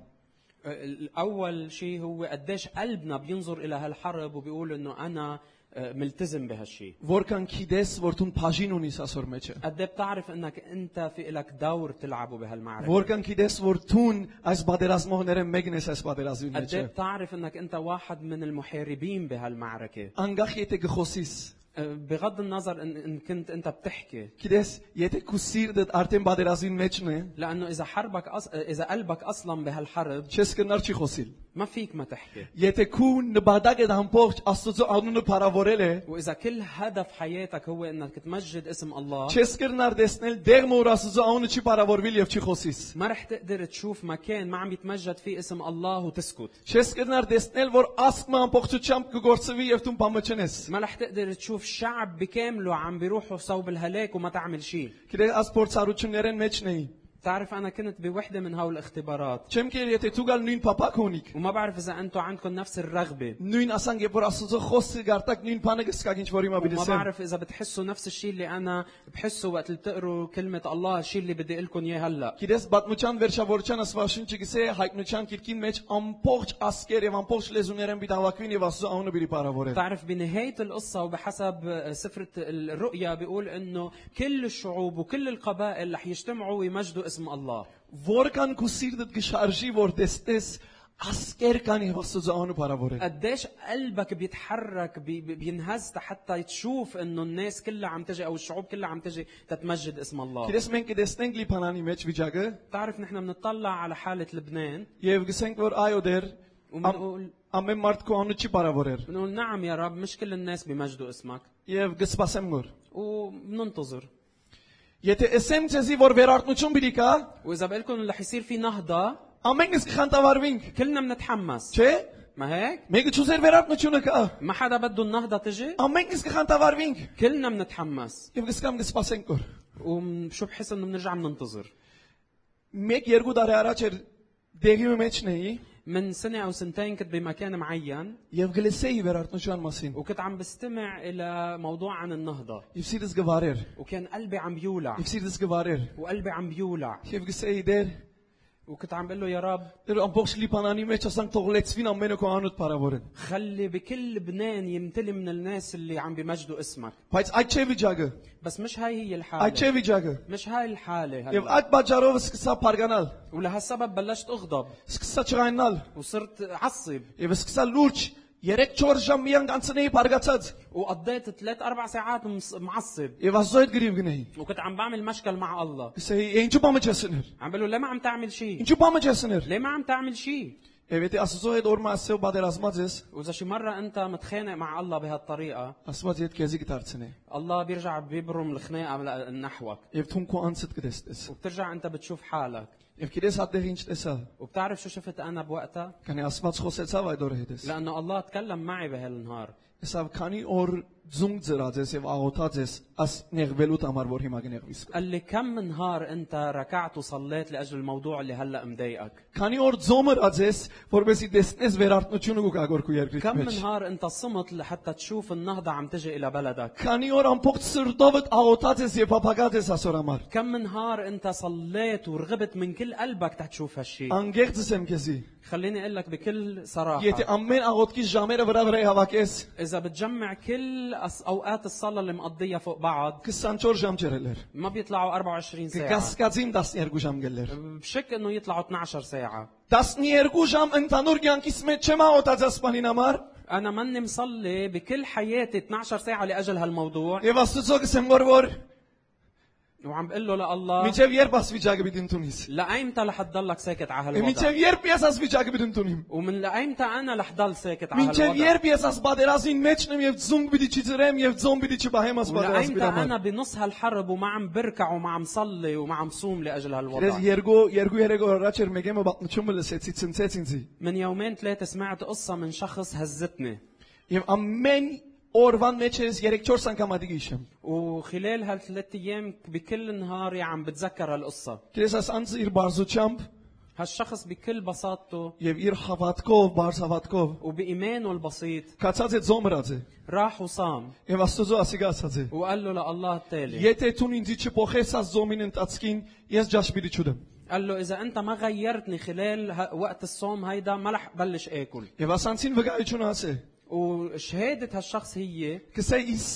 [SPEAKER 2] آه، الأول شيء هو قديش قلبنا بينظر إلى هالحرب وبيقول إنه أنا آه، ملتزم بهالشيء
[SPEAKER 1] Որքան քիդես որթուն բաժին ունիս ասոր մեջը։
[SPEAKER 2] قد إيه بتعرف انك انت في لك دور تلعبه بهالمعركه
[SPEAKER 1] Որքան քիդես որթուն այս պատերազմողները մեկն ես այս պատերազմի
[SPEAKER 2] قد
[SPEAKER 1] մեջը։
[SPEAKER 2] إيه بتعرف انك انت واحد من المحاربين بهالمعركه
[SPEAKER 1] Անգախ եթե գխոսիս,
[SPEAKER 2] آه، بغض النظر ان إن كنت انت بتحكي
[SPEAKER 1] քիդես եթե քու սիրտը արդեն պատերազմին մեջն է,
[SPEAKER 2] لانه اذا حربك أص... اذا قلبك اصلا بهالحرب
[SPEAKER 1] չես կնար չի խոսիլ։
[SPEAKER 2] ما فيك ما تحكي
[SPEAKER 1] Եթե քու նպատակը ամբողջ Աստծո անունը փառավորել է,
[SPEAKER 2] واذا كل هدف حياتك هو انك تمجد اسم الله
[SPEAKER 1] չես կնար դեսնել դեղը որ Աստծո անունը չի փառավորվել եւ չի խոսիս։
[SPEAKER 2] ما رح تقدر تشوف مكان ما عم يتمجد فيه اسم الله وتسكت
[SPEAKER 1] Չես կնար տեսնել, որ աստմը ամբողջությամբ կգործվի եւ դու բամը չես։
[SPEAKER 2] ما رح تقدر تشوف شعب بكامله عم بيروحوا صوب الهلاك وما تعمل شيء
[SPEAKER 1] Գիտես, աս փորձառություններեն մեջն էի։
[SPEAKER 2] تعرف انا كنت بوحده من هول الاختبارات
[SPEAKER 1] Չեմ գիտեր, եթե դու գալ նույն փապակ ունիք,
[SPEAKER 2] وما بعرف اذا انتم عندكم نفس الرغبه
[SPEAKER 1] նույն ասանք, երբ որ Աստծո խոսքը գարտակ նույն բանը կսկակ ինչ որ հիմա
[SPEAKER 2] وما
[SPEAKER 1] բիդեսեմ։
[SPEAKER 2] بعرف اذا بتحسوا نفس الشيء اللي انا بحسه وقت اللي بتقروا كلمه الله الشيء اللي بدي اقول لكم اياه هلا
[SPEAKER 1] Գիտես, բացմության վերջավորչան ասվաշին չգիսե հայտնության քիրքին մեջ ամբողջ ասկեր եւ ամբողջ լեզուներեն պիտի հավաքվին եւ Աստծո անունը պիտի բարավորեն։
[SPEAKER 2] بتعرف بنهاية القصة وبحسب سفرة الرؤيا بيقول انه كل الشعوب وكل القبائل رح يجتمعوا ويمجدوا اسم الله
[SPEAKER 1] Որքան քու սիրտդ կշարժի, որ տեսնես ասկեր կան եւ Աստծո անունը բարավորեն։
[SPEAKER 2] قديش قلبك بيتحرك بي- بي- بينهز حتى تشوف انه الناس كلها عم تجي او الشعوب كلها عم تجي تتمجد اسم الله
[SPEAKER 1] Գիտես, մենք կտեսնենք Լիբանանի մեջ վիճակը
[SPEAKER 2] بتعرف نحن بنطلع على حالة لبنان
[SPEAKER 1] եւ գսենք, որ այո դեր ամ-
[SPEAKER 2] وبنقول
[SPEAKER 1] ամեն մարդ քո անունը չի բարավորեր
[SPEAKER 2] بنقول نعم يا رب مش كل الناس بيمجدوا اسمك
[SPEAKER 1] եւ գսպասեմ գոր
[SPEAKER 2] وبننتظر
[SPEAKER 1] եթե ասեմ ցեզի որ վերարտություն պիտի կա
[SPEAKER 2] واذا بقلكم اللي رح يصير في نهضة
[SPEAKER 1] ամենս կխանտավարվինք
[SPEAKER 2] كلنا بنتحمس
[SPEAKER 1] չէ
[SPEAKER 2] ما هيك
[SPEAKER 1] մեկը ցուզեր վերարտությունը կա
[SPEAKER 2] ما حدا بده النهضة تجي
[SPEAKER 1] ամենս կխանտավարվինք
[SPEAKER 2] كلنا بنتحمس
[SPEAKER 1] եւ գսկամ գսպասենք գոր
[SPEAKER 2] وشو بحس انه بنرجع بننتظر
[SPEAKER 1] մեկ երկու տարի առաջ էր դեղի մեջն էի
[SPEAKER 2] من سنة أو سنتين كنت بمكان معين
[SPEAKER 1] Եվ գլեսեի վերարտնշան մասին։
[SPEAKER 2] وكنت عم بستمع إلى موضوع عن النهضة
[SPEAKER 1] Եվ սիրտս գվարեր։
[SPEAKER 2] وكان قلبي عم بيولع
[SPEAKER 1] Եվ սիրտս գվարեր։
[SPEAKER 2] وقلبي عم بيولع
[SPEAKER 1] Եվ գսեի դեր
[SPEAKER 2] وكنت عم بقول له يا رب
[SPEAKER 1] Իր ամբողջ Լիբանանի մեջ ասանք թող լեցվին ամենը քո անոտ բարավորեն։
[SPEAKER 2] خلي بكل لبنان يمتلي من الناس اللي عم بمجدوا اسمك
[SPEAKER 1] Բայց այդ չէ վիճակը,
[SPEAKER 2] بس مش هاي هي
[SPEAKER 1] այդ չէ
[SPEAKER 2] الحالة
[SPEAKER 1] վիճակը։
[SPEAKER 2] مش هاي الحالة
[SPEAKER 1] Եվ
[SPEAKER 2] هلا.
[SPEAKER 1] այդ պատճառով սկսա բարգանալ,
[SPEAKER 2] ولهالسبب بلشت أغضب
[SPEAKER 1] սկսա չղայնալ,
[SPEAKER 2] وصرت عصب
[SPEAKER 1] եւ սկսա լուրջ 3-4 ժամ միանգ անցնեի բարգացած,
[SPEAKER 2] وقضيت ثلاث اربع ساعات مص- معصب
[SPEAKER 1] եւ ասոյդ գրիվ գնեի։
[SPEAKER 2] وكنت عم بعمل مشكل مع الله
[SPEAKER 1] Գսեի, «Է, ինչու բամը չասներ։
[SPEAKER 2] عم بقول له ليه ما عم تعمل شيء
[SPEAKER 1] Ինչու բամը չասներ։
[SPEAKER 2] ليه ما عم تعمل شيء
[SPEAKER 1] Եվ եթե ասսո հետ օրը մասեւ բادرազմած ես,
[SPEAKER 2] واذا شي مره انت متخانق مع الله بهالطريقه
[SPEAKER 1] ասված իդ քեզի կդարձնե։
[SPEAKER 2] الله بيرجع بيبرم الخناقه ل- نحوك
[SPEAKER 1] Եվ թուն քո անցդ կտեսնես։
[SPEAKER 2] وبترجع انت بتشوف حالك
[SPEAKER 1] Եվ քեզ հատեղ ինչ տեսա։
[SPEAKER 2] وبتعرف شو شفت انا بوقتها
[SPEAKER 1] Քանի ասված խոսեցավ այդ օրը հետս։
[SPEAKER 2] لانه الله تكلم معي بهالنهار
[SPEAKER 1] Հեսավ քանի օր ձունգ ծրած ես եւ աղոթած ես աս նեղվելու համար որ հիմա գնեղվիս։
[SPEAKER 2] قال لي كم من نهار انت ركعت وصليت لاجل الموضوع اللي هلا مضايقك
[SPEAKER 1] Քանի օր ձոմրած ես որովհետեւ տեսնես վերարտությունը ու կագորքու երկրի
[SPEAKER 2] كم من
[SPEAKER 1] մեջ։
[SPEAKER 2] نهار انت صمت لحتى تشوف النهضه عم تجي الى بلدك
[SPEAKER 1] Քանի օր ամբողջ սրտովդ աղոթած ես եւ փապակած ես ասոր համար։
[SPEAKER 2] كم من نهار انت صليت ورغبت من كل قلبك تشوف
[SPEAKER 1] آه.
[SPEAKER 2] هالشيء
[SPEAKER 1] Անգերձս եմ քեզի։
[SPEAKER 2] خليني اقول لك بكل صراحه
[SPEAKER 1] Եթե ամեն աղոթքի ժամերը վրա վրա հավաքես,
[SPEAKER 2] اذا بتجمع كل أس- اوقات الصلاه اللي مقضيها فوق بعض
[SPEAKER 1] 24 ժամ ջրել էր։
[SPEAKER 2] ما بيطلعوا 24 ساعه
[SPEAKER 1] Կգասկածին 12 ժամ գելեր։
[SPEAKER 2] بشك انه يطلعوا 12 ساعه
[SPEAKER 1] 12 ժամ ընդանուր կյանքիս մեջ չեմ աղոթած ասպանին համար։
[SPEAKER 2] انا ماني مصلي بكل حياتي 12 ساعه لاجل هالموضوع
[SPEAKER 1] Եվ Աստծո գսեմ որ որ
[SPEAKER 2] وعم بقول له لله
[SPEAKER 1] միջև երբ ասվիճակը պիտի ընդունիս։
[SPEAKER 2] لايمتى رح تضلك ساكت على هالوضع
[SPEAKER 1] Մինչև երբ ես ասվիճակը պիտի ընդունիմ։
[SPEAKER 2] ومن لايمتى انا رح ضل ساكت على
[SPEAKER 1] Մինչև
[SPEAKER 2] هالوضع
[SPEAKER 1] երբ ես ասպատերազին մեջն եմ եւ ձունգ պիտի չծրեմ եւ ձոն պիտի չբահեմ ասպատերազի
[SPEAKER 2] ولأيمتى
[SPEAKER 1] համար։
[SPEAKER 2] انا بنص هالحرب وما عم بركع وما عم صلي وما عم صوم لاجل هالوضع
[SPEAKER 1] Ես երկու երկու երեք օր առաջ էր մեկը բախնչումը լսեցի ցնցեց ինձի։
[SPEAKER 2] من يومين ثلاثة سمعت قصة من شخص هزتني
[SPEAKER 1] Եվ ամեն օրվան մեջ ես 3-4 անգամ ադի գիշեմ։
[SPEAKER 2] وخلال هالثلاث أيام بكل نهاري عم بتذكر هالقصة
[SPEAKER 1] Գրես աս անձը իր բարձությամբ
[SPEAKER 2] هالشخص بكل بساطته
[SPEAKER 1] եւ իր հավատքով, բարձ հավատքով
[SPEAKER 2] وبإيمانه البسيط
[SPEAKER 1] կացած է ձոմրած է։
[SPEAKER 2] راح وصام
[SPEAKER 1] Եվ Աստծո ասի գացած է։
[SPEAKER 2] وقال له لله التالي
[SPEAKER 1] Եթե ցուն ինձ չփոխես աս զոմին ընտածքին, ես ջաշ պիտի չուդեմ։
[SPEAKER 2] قال له إذا أنت ما غيرتني خلال ه- وقت الصوم هيدا ما رح بلش آكل
[SPEAKER 1] Եվ ասանցին վկայություն ասե։
[SPEAKER 2] وشهادة هالشخص هي
[SPEAKER 1] Կսե իս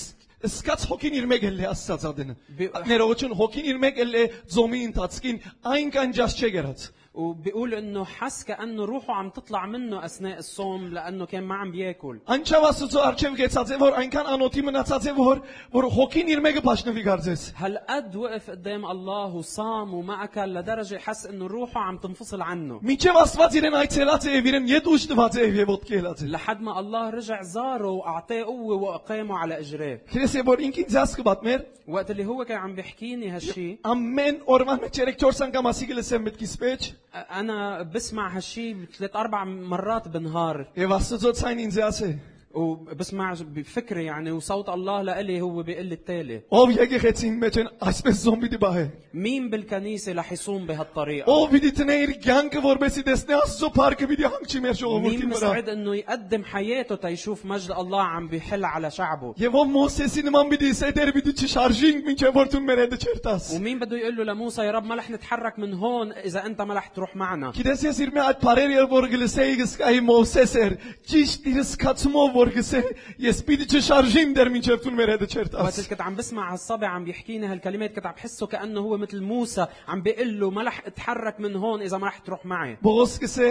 [SPEAKER 1] սկած հոգին իր մեկ էլ է Աստծո ադենը։
[SPEAKER 2] Բի-
[SPEAKER 1] Ներողություն հոգին իր մեկ էլ է զոմի ընտածքին, այն կան ջաշ չէ գերած։
[SPEAKER 2] وبيقول إنه حس كأنه روحه عم تطلع منه أثناء الصوم لأنه كان ما عم بياكل
[SPEAKER 1] Անչավ Աստծո արչև գեցած է, որ այնքան անոթի մնացած է, որ որ հոգին իր մեկը ճաշնվի գարձես։
[SPEAKER 2] هالقد وقف قدام الله وصام وما أكل لدرجة حس إنه روحه عم تنفصل عنه
[SPEAKER 1] Մինչև Աստված իրեն այցելած է եւ իրեն յետ ուշ տված է եւ ոտքի ելած է։
[SPEAKER 2] لحد ما الله رجع زاره وأعطاه قوة وأقامه على إجراه
[SPEAKER 1] Քրես է որ ինքին ձաս կբատմեր
[SPEAKER 2] وقت اللي هو كان عم بيحكيني هالشي
[SPEAKER 1] ամեն օրվա մեջ 3-4 անգամ ասի գլսեմ մտքիս մեջ
[SPEAKER 2] أنا بسمع هالشي ثلاث أربع مرات بالنهار
[SPEAKER 1] եւ Աստծո ցայն ինձ ասե։
[SPEAKER 2] وبسمع بفكري يعني وصوت الله لإلي هو بيقول لي التالي
[SPEAKER 1] Ով եկի խեցին մեջ են այսպես զոմբի դի բահե։
[SPEAKER 2] مين بالكنيسة رح يصوم بهالطريقة
[SPEAKER 1] Ով պիտի տնե իր ցանկը որպեսի դեսնե Աստծո փառքը պիտի հանգչի մեր
[SPEAKER 2] مين
[SPEAKER 1] ժողովրդի վրա։
[SPEAKER 2] مستعد انه يقدم حياته تيشوف مجد الله عم بيحل على شعبه
[SPEAKER 1] Եվ ով Մոսեսի նման պիտի սեդեր պիտի չշարժին մինչև որ դու մեր հետ չերտաս։
[SPEAKER 2] ومين بده يقول له لموسى يا رب ما رح نتحرك من هون اذا انت ما رح تروح معنا
[SPEAKER 1] Գիտես ես իր մի այդ բարերը երբ որ գլսեի գսկայի Մովսես էր ճիշտ իր սկացումով որ գսե ես պիտի չշարժիմ դեր մինչև դու մեր հետ չերտաս։
[SPEAKER 2] وقت كنت عم بسمع هالصبي عم بيحكيني هالكلمات كنت عم بحسه كانه هو مثل موسى عم بيقول له ما رح اتحرك من هون اذا ما رح تروح معي
[SPEAKER 1] Բողոս գսե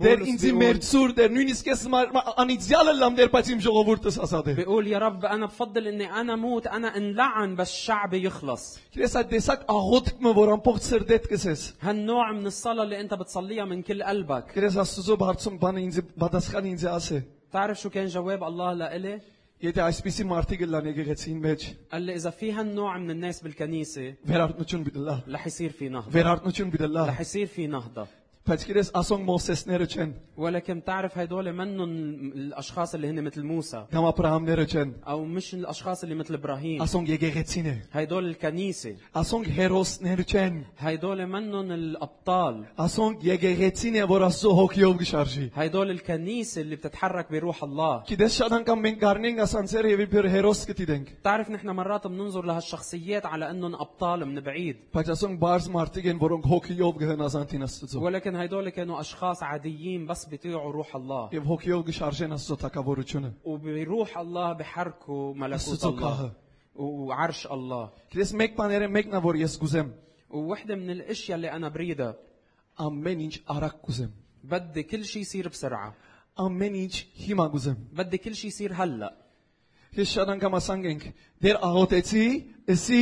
[SPEAKER 1] դեր
[SPEAKER 2] Բողոս
[SPEAKER 1] ինձ
[SPEAKER 2] Սիոն։
[SPEAKER 1] մեր ծուր դեր նույնիսկ ես մար- մա- անիդյալը լամ դեր բայց իմ ժողովուրդս ասած է։
[SPEAKER 2] بيقول يا رب انا بفضل اني انا موت انا انلعن بس شعبي يخلص
[SPEAKER 1] Գիտես այդ տեսակ աղոթքը որ ամբողջ սրդեդ գսես։
[SPEAKER 2] هالنوع من الصلاه اللي انت بتصليها من كل قلبك
[SPEAKER 1] Գիտես Աստծո բարձում բանը ինձ պատասխան ինձ ասե։
[SPEAKER 2] بتعرف شو كان جواب الله لإلي
[SPEAKER 1] Եթե այսպեսի մարդիկ լան եկեղեցին մեջ
[SPEAKER 2] قال لي اذا في هالنوع من الناس بالكنيسه
[SPEAKER 1] վերարտնություն պիտի լա։
[SPEAKER 2] رح يصير في نهضه
[SPEAKER 1] Վերարտնություն պիտի լա։
[SPEAKER 2] رح يصير في نهضه
[SPEAKER 1] Բայց գիտես ասոնք Մոսեսները չեն,
[SPEAKER 2] ولكن تعرف هدول منهم الاشخاص اللي هن مثل موسى
[SPEAKER 1] կամ Աբրահամները չեն,
[SPEAKER 2] او مش الاشخاص اللي مثل ابراهيم
[SPEAKER 1] ասոնք եկեղեցին է,
[SPEAKER 2] هدول الكنيسه
[SPEAKER 1] ասոնք հերոսներ չեն,
[SPEAKER 2] هدول منهم الابطال
[SPEAKER 1] ասոնք եկեղեցին է, որ Աստծո հոգիով գշարժի։
[SPEAKER 2] هدول الكنيسه اللي بتتحرك بروح الله
[SPEAKER 1] Գիտես շատ անգամ մենք գառնենք ասանցեր եւ իբր հերոս գտիդենք,
[SPEAKER 2] تعرف نحن مرات بننظر لهالشخصيات على انهم ابطال من بعيد
[SPEAKER 1] բայց ասոնք բարձ մարդիկ են, որոնք հոգիով գհնազան Տին Աստծո
[SPEAKER 2] ولكن هدول كانوا اشخاص عاديين بس بيطيعوا روح الله
[SPEAKER 1] եւ հոգիով գշարժեն Աստծո թակավորությունը։
[SPEAKER 2] وبروح الله بحركوا ملكوت
[SPEAKER 1] الصدق
[SPEAKER 2] الله
[SPEAKER 1] آه.
[SPEAKER 2] وعرش الله
[SPEAKER 1] Գիտես մեկ բաները մեկն է, որ ես գուզեմ,
[SPEAKER 2] ووحده من الاشياء اللي انا بريدها
[SPEAKER 1] ամեն ինչ արագ գուզեմ,
[SPEAKER 2] بدي كل شيء يصير بسرعه
[SPEAKER 1] ամեն ինչ հիմա գուզեմ։
[SPEAKER 2] بدي كل شيء يصير هلا
[SPEAKER 1] Ես շատ անգամ ասանք, դեր աղոթեցի, էսի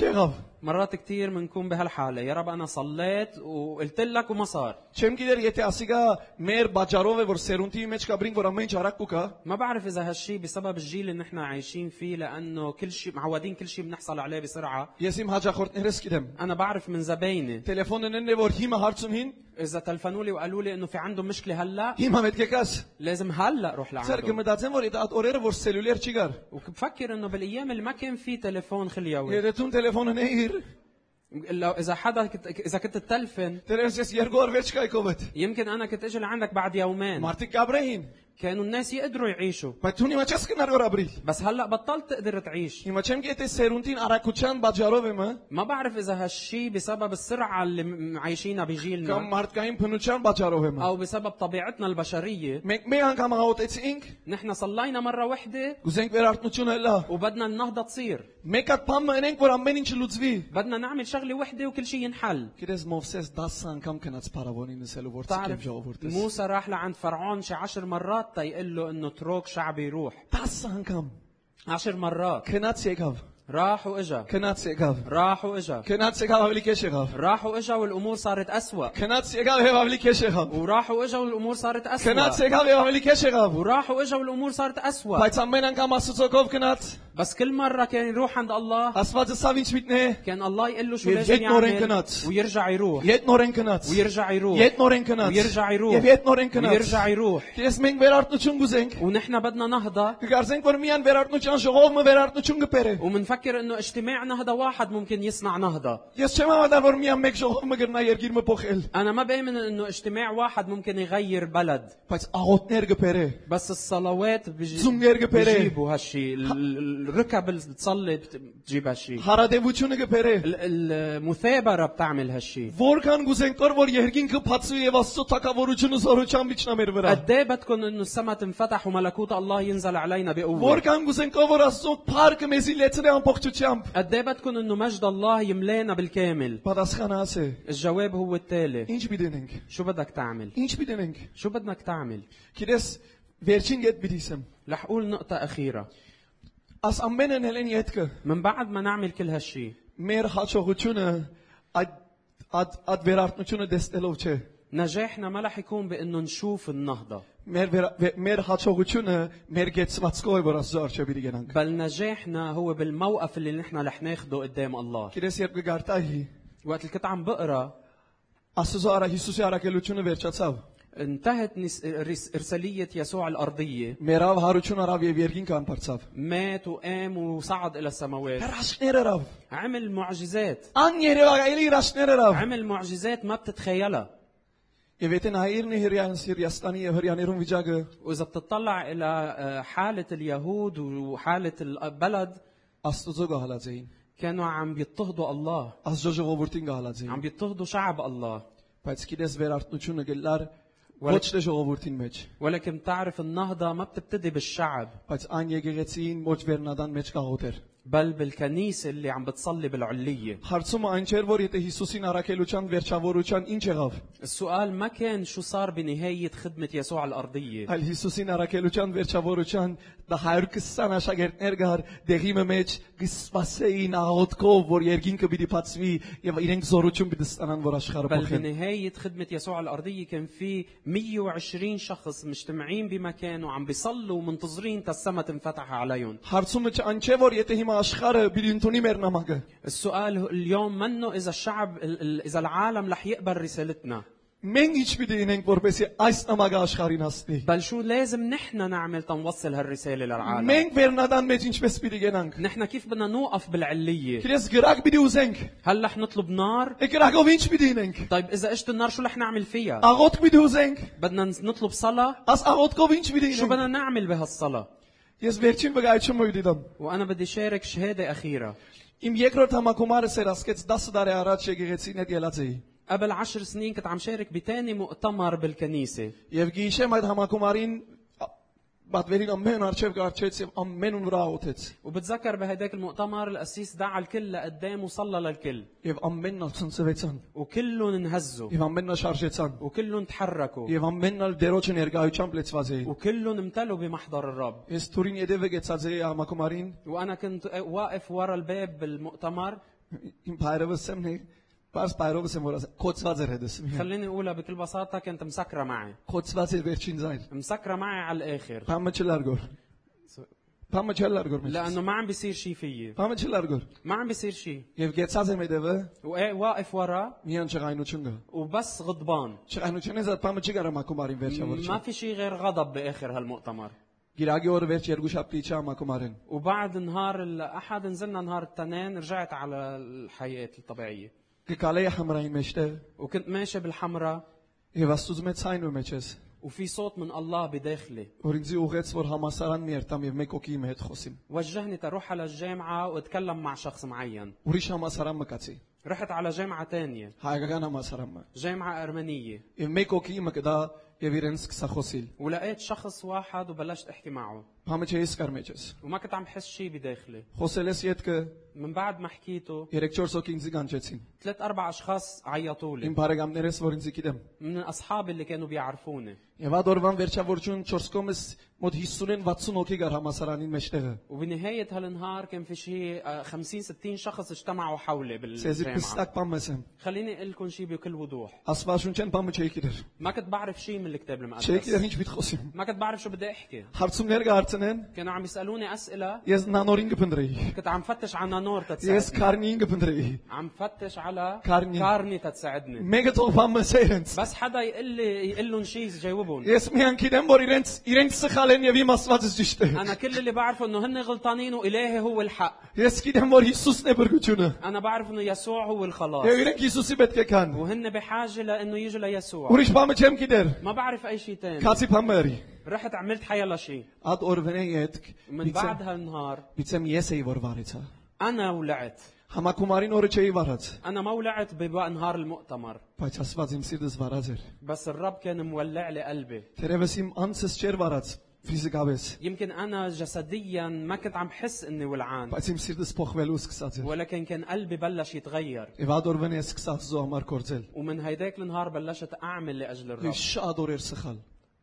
[SPEAKER 1] չեղավ։
[SPEAKER 2] مرات كثير بنكون بهالحاله يا رب انا صليت وقلت لك وما صار
[SPEAKER 1] Չեմ գիտեր, եթե ասիկա մեր բաճարով է, որ սերունդի մեջ կա բրինք, որ ամեն ինչ արագ կուկա,
[SPEAKER 2] ما بعرف اذا هالشي بسبب الجيل اللي نحن عايشين فيه لانه كل شيء معودين كل شيء بنحصل عليه بسرعه
[SPEAKER 1] ես իմ հաջախորդներս գիտեմ։
[SPEAKER 2] انا بعرف من زبايني
[SPEAKER 1] Տելեֆոնն ընն է, որ հիմա հարցումին,
[SPEAKER 2] اذا تلفنوا لي وقالوا لي انه في عندهم مشكله هلا
[SPEAKER 1] հիմա պետք է գաս։
[SPEAKER 2] لازم هلا روح
[SPEAKER 1] Ցեր
[SPEAKER 2] لعندهم
[SPEAKER 1] կմտածեմ, որ այդ օրերը, որ սելյուլեր չի գար։
[SPEAKER 2] وبفكر انه بالايام اللي ما كان في تليفون خليوي
[SPEAKER 1] Եթե տուն տելեֆոնն էիր,
[SPEAKER 2] لو اذا حدا كت... اذا كنت تتلفن
[SPEAKER 1] դերես ես երկու օր վեճ կայքովդ։
[SPEAKER 2] يمكن انا كنت اجي لعندك بعد يومين
[SPEAKER 1] Մարդիկ գաբրեին,
[SPEAKER 2] كانوا الناس يقدروا يعيشوا
[SPEAKER 1] բայց դու հիմա չես կնարոր ապրի։
[SPEAKER 2] بس هلا بطلت تقدر تعيش
[SPEAKER 1] Հիմա չեմ գիտե սերունդին արագության բաճարով եմ, հա,
[SPEAKER 2] ما بعرف اذا هالشي بسبب السرعه اللي م- عايشينها
[SPEAKER 1] կամ
[SPEAKER 2] بجيلنا
[SPEAKER 1] մարդկային փնության բաճարով եմ։ հա։
[SPEAKER 2] او بسبب طبيعتنا البشريه
[SPEAKER 1] Մենք մի անգամ աղոթեցինք,
[SPEAKER 2] نحن صلينا مره واحده
[SPEAKER 1] գուզենք վերարտնություն հելա։
[SPEAKER 2] وبدنا النهضه تصير
[SPEAKER 1] հա։ Մեկ հատ բան մենենք, որ ամեն ինչ լուծվի։
[SPEAKER 2] بدنا نعمل شغله واحده وكل شيء ينحل
[SPEAKER 1] Գիտես Մովսես 10 անգամ կնաց փարավոնին ասելու որ ցկեմ
[SPEAKER 2] بتعرف
[SPEAKER 1] ժողովուրդս։
[SPEAKER 2] موسى راح لعند فرعون شي عشر مرات تيقول له انه اترك شعبي يروح
[SPEAKER 1] 10 անգամ
[SPEAKER 2] عشر مرات
[SPEAKER 1] կնաց եկավ,
[SPEAKER 2] راح واجا
[SPEAKER 1] կնաց եկավ,
[SPEAKER 2] راح واجا
[SPEAKER 1] կնաց եկավ ավելի քեշ եղավ։
[SPEAKER 2] راح واجا والامور صارت أسوأ
[SPEAKER 1] Կնաց եկավ եւ ավելի քեշ եղավ։
[SPEAKER 2] وراح واجا والامور صارت
[SPEAKER 1] Կնաց
[SPEAKER 2] أسوأ
[SPEAKER 1] եկավ եւ ավելի քեշ եղավ։
[SPEAKER 2] وراح واجا والامور صارت أسوأ
[SPEAKER 1] Բայց ամեն անգամ Աստծոկով կնաց,
[SPEAKER 2] بس كل مره كان يروح عند الله
[SPEAKER 1] Աստվածը սավ ինչ միտնե,
[SPEAKER 2] كان الله يقول له شو
[SPEAKER 1] يد-
[SPEAKER 2] لازم
[SPEAKER 1] يد نورين
[SPEAKER 2] يعمل
[SPEAKER 1] كنات.
[SPEAKER 2] ويرجع يروح
[SPEAKER 1] իդ նորեն կնաց։
[SPEAKER 2] ويرجع يروح
[SPEAKER 1] Իդ նորեն կնաց։
[SPEAKER 2] ويرجع يروح
[SPEAKER 1] Եվ իդ նորեն կնաց։
[SPEAKER 2] ويرجع يروح
[SPEAKER 1] Ես մենք վերարտնություն գուզենք։
[SPEAKER 2] ونحن بدنا نهضه
[SPEAKER 1] Կգարձենք որ միան վերարտնության ժողովը վերարտնություն կբերե։
[SPEAKER 2] ومنفكر انه اجتماع نهضه واحد ممكن يصنع نهضه
[SPEAKER 1] Ես չեմ հավատալ որ միան մեկ ժողովը կգրնա երկիր մփոխել,
[SPEAKER 2] انا ما بامن انه اجتماع واحد ممكن يغير بلد
[SPEAKER 1] բայց աղոտներ կբերե։
[SPEAKER 2] بس الصلوات بج...
[SPEAKER 1] Ձունգեր կբերե։
[SPEAKER 2] بجيبوا هالشي ال- ال- الركب اللي بتصلي بت- بتجيب هالشي
[SPEAKER 1] Հարադեվությունը կբերե։
[SPEAKER 2] ال- المثابره بتعمل هالشي
[SPEAKER 1] Որքան գուզենք որ որ երկինքը փածու եւ Աստծո թակավորությունը զորությամբ իջնա մեր վրա։
[SPEAKER 2] قد ايه بدكم انه السما تنفتح وملكوت الله ينزل علينا بقوه
[SPEAKER 1] Որքան գուզենք որ, որ Աստծո փառքը մեզի լեցրե ամբողջությամբ։
[SPEAKER 2] قد ايه بدكم انه مجد الله يملانا بالكامل
[SPEAKER 1] Պատասխանը ասե։
[SPEAKER 2] الجواب هو التالي
[SPEAKER 1] Ինչ պիտենք։
[SPEAKER 2] شو بدك تعمل
[SPEAKER 1] Ինչ պիտենք։
[SPEAKER 2] شو بدك تعمل
[SPEAKER 1] Գիտես վերջին գետ պիտիսեմ։
[SPEAKER 2] رح اقول نقطه اخيره
[SPEAKER 1] Աս ամենն հելեն յետքը
[SPEAKER 2] من بعد ما نعمل كل هالشي
[SPEAKER 1] մեր հաջողությունը այդ այդ այդ վերարտությունը դեստելով չէ։
[SPEAKER 2] نجاحنا ما رح يكون بانه نشوف النهضه
[SPEAKER 1] Մեր վերա- վե- մեր հաջողությունը մեր գեցվածքով է որ Աստծո արժե պիտի գնանք։
[SPEAKER 2] بل نجاحنا هو بالموقف اللي نحن رح ناخده قدام الله
[SPEAKER 1] Գիտես երբ գարտահի
[SPEAKER 2] وقت اللي كنت عم بقرا
[SPEAKER 1] Աստծո արա Հիսուսի արակելությունը վերջացավ։
[SPEAKER 2] انتهت نس- رس- ارساليه يسوع الارضيه
[SPEAKER 1] Մերավ հարություն արավ եւ երկինք անբարձավ։
[SPEAKER 2] مات وقام وصعد الى السماوات
[SPEAKER 1] Հրաշքներ արավ։
[SPEAKER 2] عمل معجزات
[SPEAKER 1] Ան Երևանի հրաշքներ արավ։
[SPEAKER 2] عمل معجزات ما بتتخيلها
[SPEAKER 1] Եվ եթե նայերն հրյան Սիրիաստանի եւ հрьяաներուն վիճակը,
[SPEAKER 2] واذا بتطلع الى آه، حاله اليهود وحاله البلد
[SPEAKER 1] Աստծո գահալածեին։
[SPEAKER 2] كانوا عم بيضطهدوا الله
[SPEAKER 1] Աստծո ժողովրդին
[SPEAKER 2] عم
[SPEAKER 1] գահալածեին։
[SPEAKER 2] بيضطهدوا شعب الله
[SPEAKER 1] Բայց գիտես վերարտությունը գլար
[SPEAKER 2] Ուալ-
[SPEAKER 1] ոչ թե ժողովրդին մեջ,
[SPEAKER 2] ولكن بتعرف النهضه ما بتبتدي بالشعب
[SPEAKER 1] բայց այն եկեղեցին ոչ վերնադան մեջ կաղոտեր։
[SPEAKER 2] بل بالكنيسه اللي عم بتصلي بالعليه
[SPEAKER 1] Հարցումը այն չէր, որ եթե Հիսուսին առաքելության վերջավորության ինչ եղավ,
[SPEAKER 2] السؤال ما كان شو صار بنهايه خدمه يسوع الارضيه
[SPEAKER 1] այլ Հիսուսին առաքելության վերջավորության 120 աշակերտներ գար դեղի մեջ գսպասեին աղոթքով, որ երկինքը պիտի փածվի եւ իրենք զորություն պիտի ստանան, որ աշխարհը
[SPEAKER 2] بل
[SPEAKER 1] փոխեն։
[SPEAKER 2] بنهاية خدمة يسوع الأرضية كان في 120 شخص مجتمعين بمكان وعم بيصلوا ومنتظرين تالسما تنفتح عليهم
[SPEAKER 1] Հարցումը չ- այն չէ, որ եթե հիմա աշխարհը պիտի ընդունի մեր նամակը,
[SPEAKER 2] السؤال اليوم منه إذا الشعب ال- ال- إذا العالم رح يقبل رسالتنا
[SPEAKER 1] Մենք ինչ պիտի ինենք որպեսի այս ամագա աշխարհին հասնի։
[SPEAKER 2] بل شو لازم نحن نعمل تنوصل هالرسالة للعالم
[SPEAKER 1] Մենք վերնադան մեջ ինչպես պիտի գնանք։
[SPEAKER 2] نحن كيف بدنا نوقف بالعلية
[SPEAKER 1] Քրես գրակ պիտի ուզենք։
[SPEAKER 2] هل رح نطلب نار
[SPEAKER 1] Է գրակով ինչ պիտի ինենք։
[SPEAKER 2] طيب إذا إجت النار شو رح نعمل فيها
[SPEAKER 1] Աղոտ պիտի ուզենք։
[SPEAKER 2] بدنا نطلب صلاة
[SPEAKER 1] Աս աղոտքով ինչ պիտի
[SPEAKER 2] شو
[SPEAKER 1] ինենք։
[SPEAKER 2] بدنا نعمل بهالصلاة
[SPEAKER 1] Ես վերջին վկայությունը պիտի դամ։
[SPEAKER 2] وأنا بدي شارك شهادة أخيرة
[SPEAKER 1] Իմ երկրորդ համակոմարը սերասկեց 10 տարի առաջ եկեղեցին հետ ելած էի։
[SPEAKER 2] قبل عشر سنين كنت عم شارك بتاني مؤتمر بالكنيسة
[SPEAKER 1] Եվ գիշեմ այդ համակոմարին ա- բատվերին ամեն արչև կարչեց եւ ամեն ուն վրա ոտեց։
[SPEAKER 2] وبتذكر بهداك المؤتمر القسيس دعا الكل لقدام وصلى للكل
[SPEAKER 1] Եվ ամենն ացնցվեցան
[SPEAKER 2] وكلهم انهزوا
[SPEAKER 1] եւ ամենն շարժեցան
[SPEAKER 2] وكلهم تحركوا
[SPEAKER 1] եւ ամենն ալ դերոջ ներկայությամբ լեցված էին։
[SPEAKER 2] وكلهم امتلوا بمحضر الرب
[SPEAKER 1] Ես Թուրին եդեվը գեցած էի համակոմարին,
[SPEAKER 2] وانا كنت واقف ورا الباب بالمؤتمر
[SPEAKER 1] իմ բայրովս եմ նե, բարձ բայրովս եմ որած, կոծված էր հետս։ մի հատ։
[SPEAKER 2] خليني اقولها بكل بساطه كنت مسكره معي
[SPEAKER 1] Կոծված էր վերջին ձայն։
[SPEAKER 2] مسكره معي على الاخر
[SPEAKER 1] Փամը չլարգոր։ Փամը չլարգոր մեզ։
[SPEAKER 2] لانه ما عم بيصير شيء فيي
[SPEAKER 1] Փամը չլարգոր։
[SPEAKER 2] ما عم بيصير شيء
[SPEAKER 1] Եվ գեցած եմ եդեվը,
[SPEAKER 2] واقف ورا
[SPEAKER 1] միան չղայնություն գա։
[SPEAKER 2] وبس غضبان
[SPEAKER 1] Չղայնությունից այդ փամը չի գարա համակոմարին վերջավորչ։
[SPEAKER 2] ما في شيء غير غضب باخر هالمؤتمر
[SPEAKER 1] Գիրագի օրը վերջ երկու շաբթի չա համակոմարին։
[SPEAKER 2] وبعد نهار الاحد نزلنا نهار التنين رجعت على الحياه الطبيعيه
[SPEAKER 1] Գկալեի համրային մեջտեղ
[SPEAKER 2] وكنت ماشي بالحمراء
[SPEAKER 1] եւ աստուծո մեծ ցայնու մեջ ես,
[SPEAKER 2] وفي صوت من الله بداخلي
[SPEAKER 1] որ ինձ ուղեց որ համասարան մի երտամ եւ մեկ օքի իմ հետ խոսիմ։
[SPEAKER 2] وجهني تروح على الجامعة واتكلم مع شخص معين
[SPEAKER 1] Ուրիշ համասարան մկացի,
[SPEAKER 2] رحت على جامعة تانية
[SPEAKER 1] հայկական համասարան մը։
[SPEAKER 2] جامعة أرمنية
[SPEAKER 1] Եվ մեկ օքի իմը կդա եւ իրենց կսախոսիլ։
[SPEAKER 2] ولقيت شخص واحد وبلشت احكي معه
[SPEAKER 1] Համը չես կար մեջս։
[SPEAKER 2] وما كنت عم حس شيء بداخلي
[SPEAKER 1] Խոսելես յետքը
[SPEAKER 2] من بعد ما حكيته
[SPEAKER 1] 3-4 օքի ինձ կանչեցին։
[SPEAKER 2] ثلاث اربع اشخاص عيطوا لي
[SPEAKER 1] Իմ բարեկամներս որ ինձ գիտեմ։
[SPEAKER 2] من اصحابي اللي كانوا بيعرفوني
[SPEAKER 1] Եվ ադորվան վերջավորջուն 4 կոմս մոտ 50-ն 60 օքի կար համասարանին մեջտեղը։
[SPEAKER 2] وبنهاية هالنهار كان في شيء آه، 50 60 شخص اجتمعوا حولي
[SPEAKER 1] Սեզի
[SPEAKER 2] بالجامعة
[SPEAKER 1] փստակ բամս եմ։
[SPEAKER 2] خليني اقول لكم شيء بكل وضوح
[SPEAKER 1] Աստվածունչեն բամը չի գիտեր։
[SPEAKER 2] ما كنت بعرف شيء من الكتاب
[SPEAKER 1] Չի գիտեր
[SPEAKER 2] المقدس
[SPEAKER 1] ինչ պիտի խոսեմ։
[SPEAKER 2] ما كنت بعرف شو بدي احكي
[SPEAKER 1] Հարցումներ կհարցնեն,
[SPEAKER 2] كانوا عم يسالوني اسئله
[SPEAKER 1] ես նանորին կփնտրեի։
[SPEAKER 2] كنت عم فتش على نانور
[SPEAKER 1] Ես
[SPEAKER 2] تتساعدني
[SPEAKER 1] քարնին կփնտրեի։
[SPEAKER 2] عم فتش على
[SPEAKER 1] كارني.
[SPEAKER 2] كارني تتساعدني
[SPEAKER 1] Մեկը թող բամը սերենց։
[SPEAKER 2] بس حدا يقول لي يقول لهم شيء جاوبهم
[SPEAKER 1] Ես միան գիտեմ որ իրենց իրենք սխալ են եւ իմ Աստվածը ճիշտ է։
[SPEAKER 2] انا كل اللي بعرفه انه هن غلطانين والهي هو الحق
[SPEAKER 1] Ես գիտեմ որ Հիսուսն է բրգությունը։
[SPEAKER 2] انا بعرف انه يسوع هو الخلاص
[SPEAKER 1] Եվ իրենք Հիսուսի պետք է կան։
[SPEAKER 2] وهن بحاجه لانه يجوا ليسوع
[SPEAKER 1] Ուրիշ բամը չեմ գիտեր։
[SPEAKER 2] ما بعرف اي شيء تاني
[SPEAKER 1] Քացի բամերի։
[SPEAKER 2] رحت عملت حيلا شيء
[SPEAKER 1] Ադ օրվենե յետք։
[SPEAKER 2] من بعد هالنهار
[SPEAKER 1] Միցեմ ես էի որ վարեցա։
[SPEAKER 2] انا ولعت
[SPEAKER 1] Համակոմարին օրը չէի վարած,
[SPEAKER 2] انا ما ولعت ببقى نهار المؤتمر
[SPEAKER 1] բայց Աստված իմ սիրտս վարած էր։
[SPEAKER 2] بس الرب كان مولع لي قلبي
[SPEAKER 1] Տերևս իմ անցս չեր վարած ֆիզիկապես,
[SPEAKER 2] يمكن انا جسديا ما كنت عم حس اني ولعان
[SPEAKER 1] բայց իմ սիրտս փոխվելու սկսած էր։
[SPEAKER 2] ولكن كان قلبي بلش يتغير
[SPEAKER 1] Եվ ադ օրվենե սկսա զո համար կործել։
[SPEAKER 2] ومن هيداك النهار بلشت اعمل لاجل الرب
[SPEAKER 1] Եվ շատ օրեր սխալ։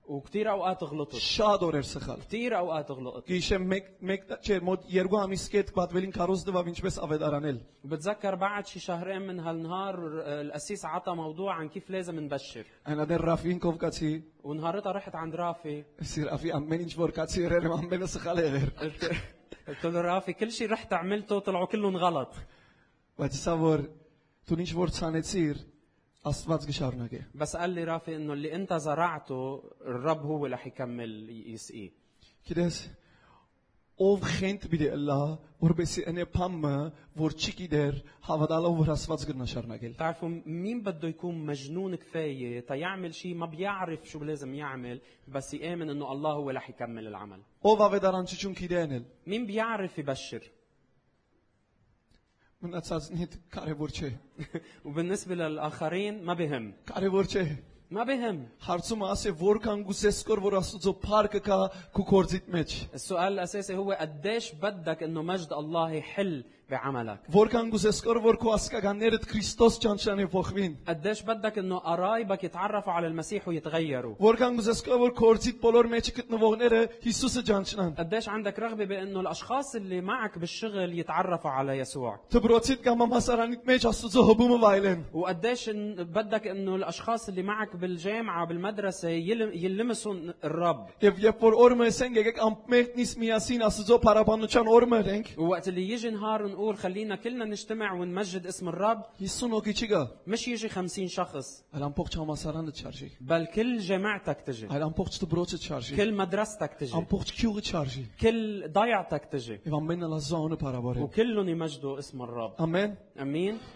[SPEAKER 2] وكثير اوقات غلطت
[SPEAKER 1] Շատ օրեր սխալ։
[SPEAKER 2] كثير اوقات غلطت
[SPEAKER 1] Գիշեմ մեկ մեկ տա- չէ մոտ երկու ամիս կետ պատվելին քարոզ դվավ ինչպես ավետարանել։
[SPEAKER 2] بتذكر بعد شي شهرين من هالنهار آه، القسيس عطى موضوع عن كيف لازم نبشر
[SPEAKER 1] Այնա դեռ Ռաֆին Կովկացի
[SPEAKER 2] ونهارتها رحت عند رافي
[SPEAKER 1] Սիրաֆի ամեն ինչ որ կացի էր եմ ամենը սխալ էր։
[SPEAKER 2] قلت قلت له رافي كل شيء رحت عملته طلعوا كلهم غلط
[SPEAKER 1] Բայց սա որ դու ինչ որ ցանեցիր Աստված գշարնակե։
[SPEAKER 2] بس قال لي رافي انه اللي انت زرعته الرب هو اللي رح يكمل يسقيه
[SPEAKER 1] Գիտես ով խենթ բիդե լա որբեսի ընե փամը որ չի գիտեր հավատալով որ Աստված գնաշարնակել։
[SPEAKER 2] بتعرفوا مين بده يكون مجنون كفايه تيعمل شيء ما بيعرف شو لازم يعمل بس يامن انه الله هو اللي رح يكمل العمل
[SPEAKER 1] Ով ավետարանչություն գիտենել
[SPEAKER 2] مين بيعرف يبشر
[SPEAKER 1] մնացածն հետ կարևոր չէ։
[SPEAKER 2] وبالنسبة للآخرين ما بهم
[SPEAKER 1] Կարևոր չէ։
[SPEAKER 2] ما بهم
[SPEAKER 1] Հարցումը ասե որքան գուսես կոր որ Աստծո փառքը կա քու կորձիդ մեջ։
[SPEAKER 2] السؤال الأساسي هو قديش بدك أنه مجد الله يحل بعملك
[SPEAKER 1] Որքան գուսես կոր որ քու ասկականներդ Քրիստոս ճանչանը փոխվին։
[SPEAKER 2] قديش بدك أنه قرايبك يتعرفوا على المسيح ويتغيروا
[SPEAKER 1] Որքան գուսես կոր որ կորձիդ բոլոր մեջ գտնվողները Հիսուսը ճանչնան։
[SPEAKER 2] قديش عندك رغبة بأنه الأشخاص اللي معك بالشغل يتعرفوا على يسوع
[SPEAKER 1] Դբրոցիդ կամ համասարանիդ մեջ Աստծո հոբումը վայելեն։
[SPEAKER 2] وقديش إن- بدك أنه الأشخاص اللي معك بالجامعة بالمدرسة يلم يلمسوا الرب
[SPEAKER 1] Եվ երբ որ օրը մենք ենք եկեք ամբողջնից միասին Աստծո փառաբանության օրը մենք,
[SPEAKER 2] ووقت اللي يجي نهار نقول خلينا كلنا نجتمع ونمجد اسم الرب
[SPEAKER 1] 50 հոգի չգա,
[SPEAKER 2] مش يجي خمسين شخص
[SPEAKER 1] այլ ամբողջ համասարանը չարժի։
[SPEAKER 2] بل كل جماعتك تجي
[SPEAKER 1] Այլ ամբողջ դպրոցը չարժի։
[SPEAKER 2] كل مدرستك تجي
[SPEAKER 1] Ամբողջ քյուղը չարժի։
[SPEAKER 2] كل ضيعتك تجي
[SPEAKER 1] Եվ ամենն Աստծո անունը բարաբարի։
[SPEAKER 2] وكلهم يمجدوا اسم الرب
[SPEAKER 1] Ամեն։
[SPEAKER 2] امين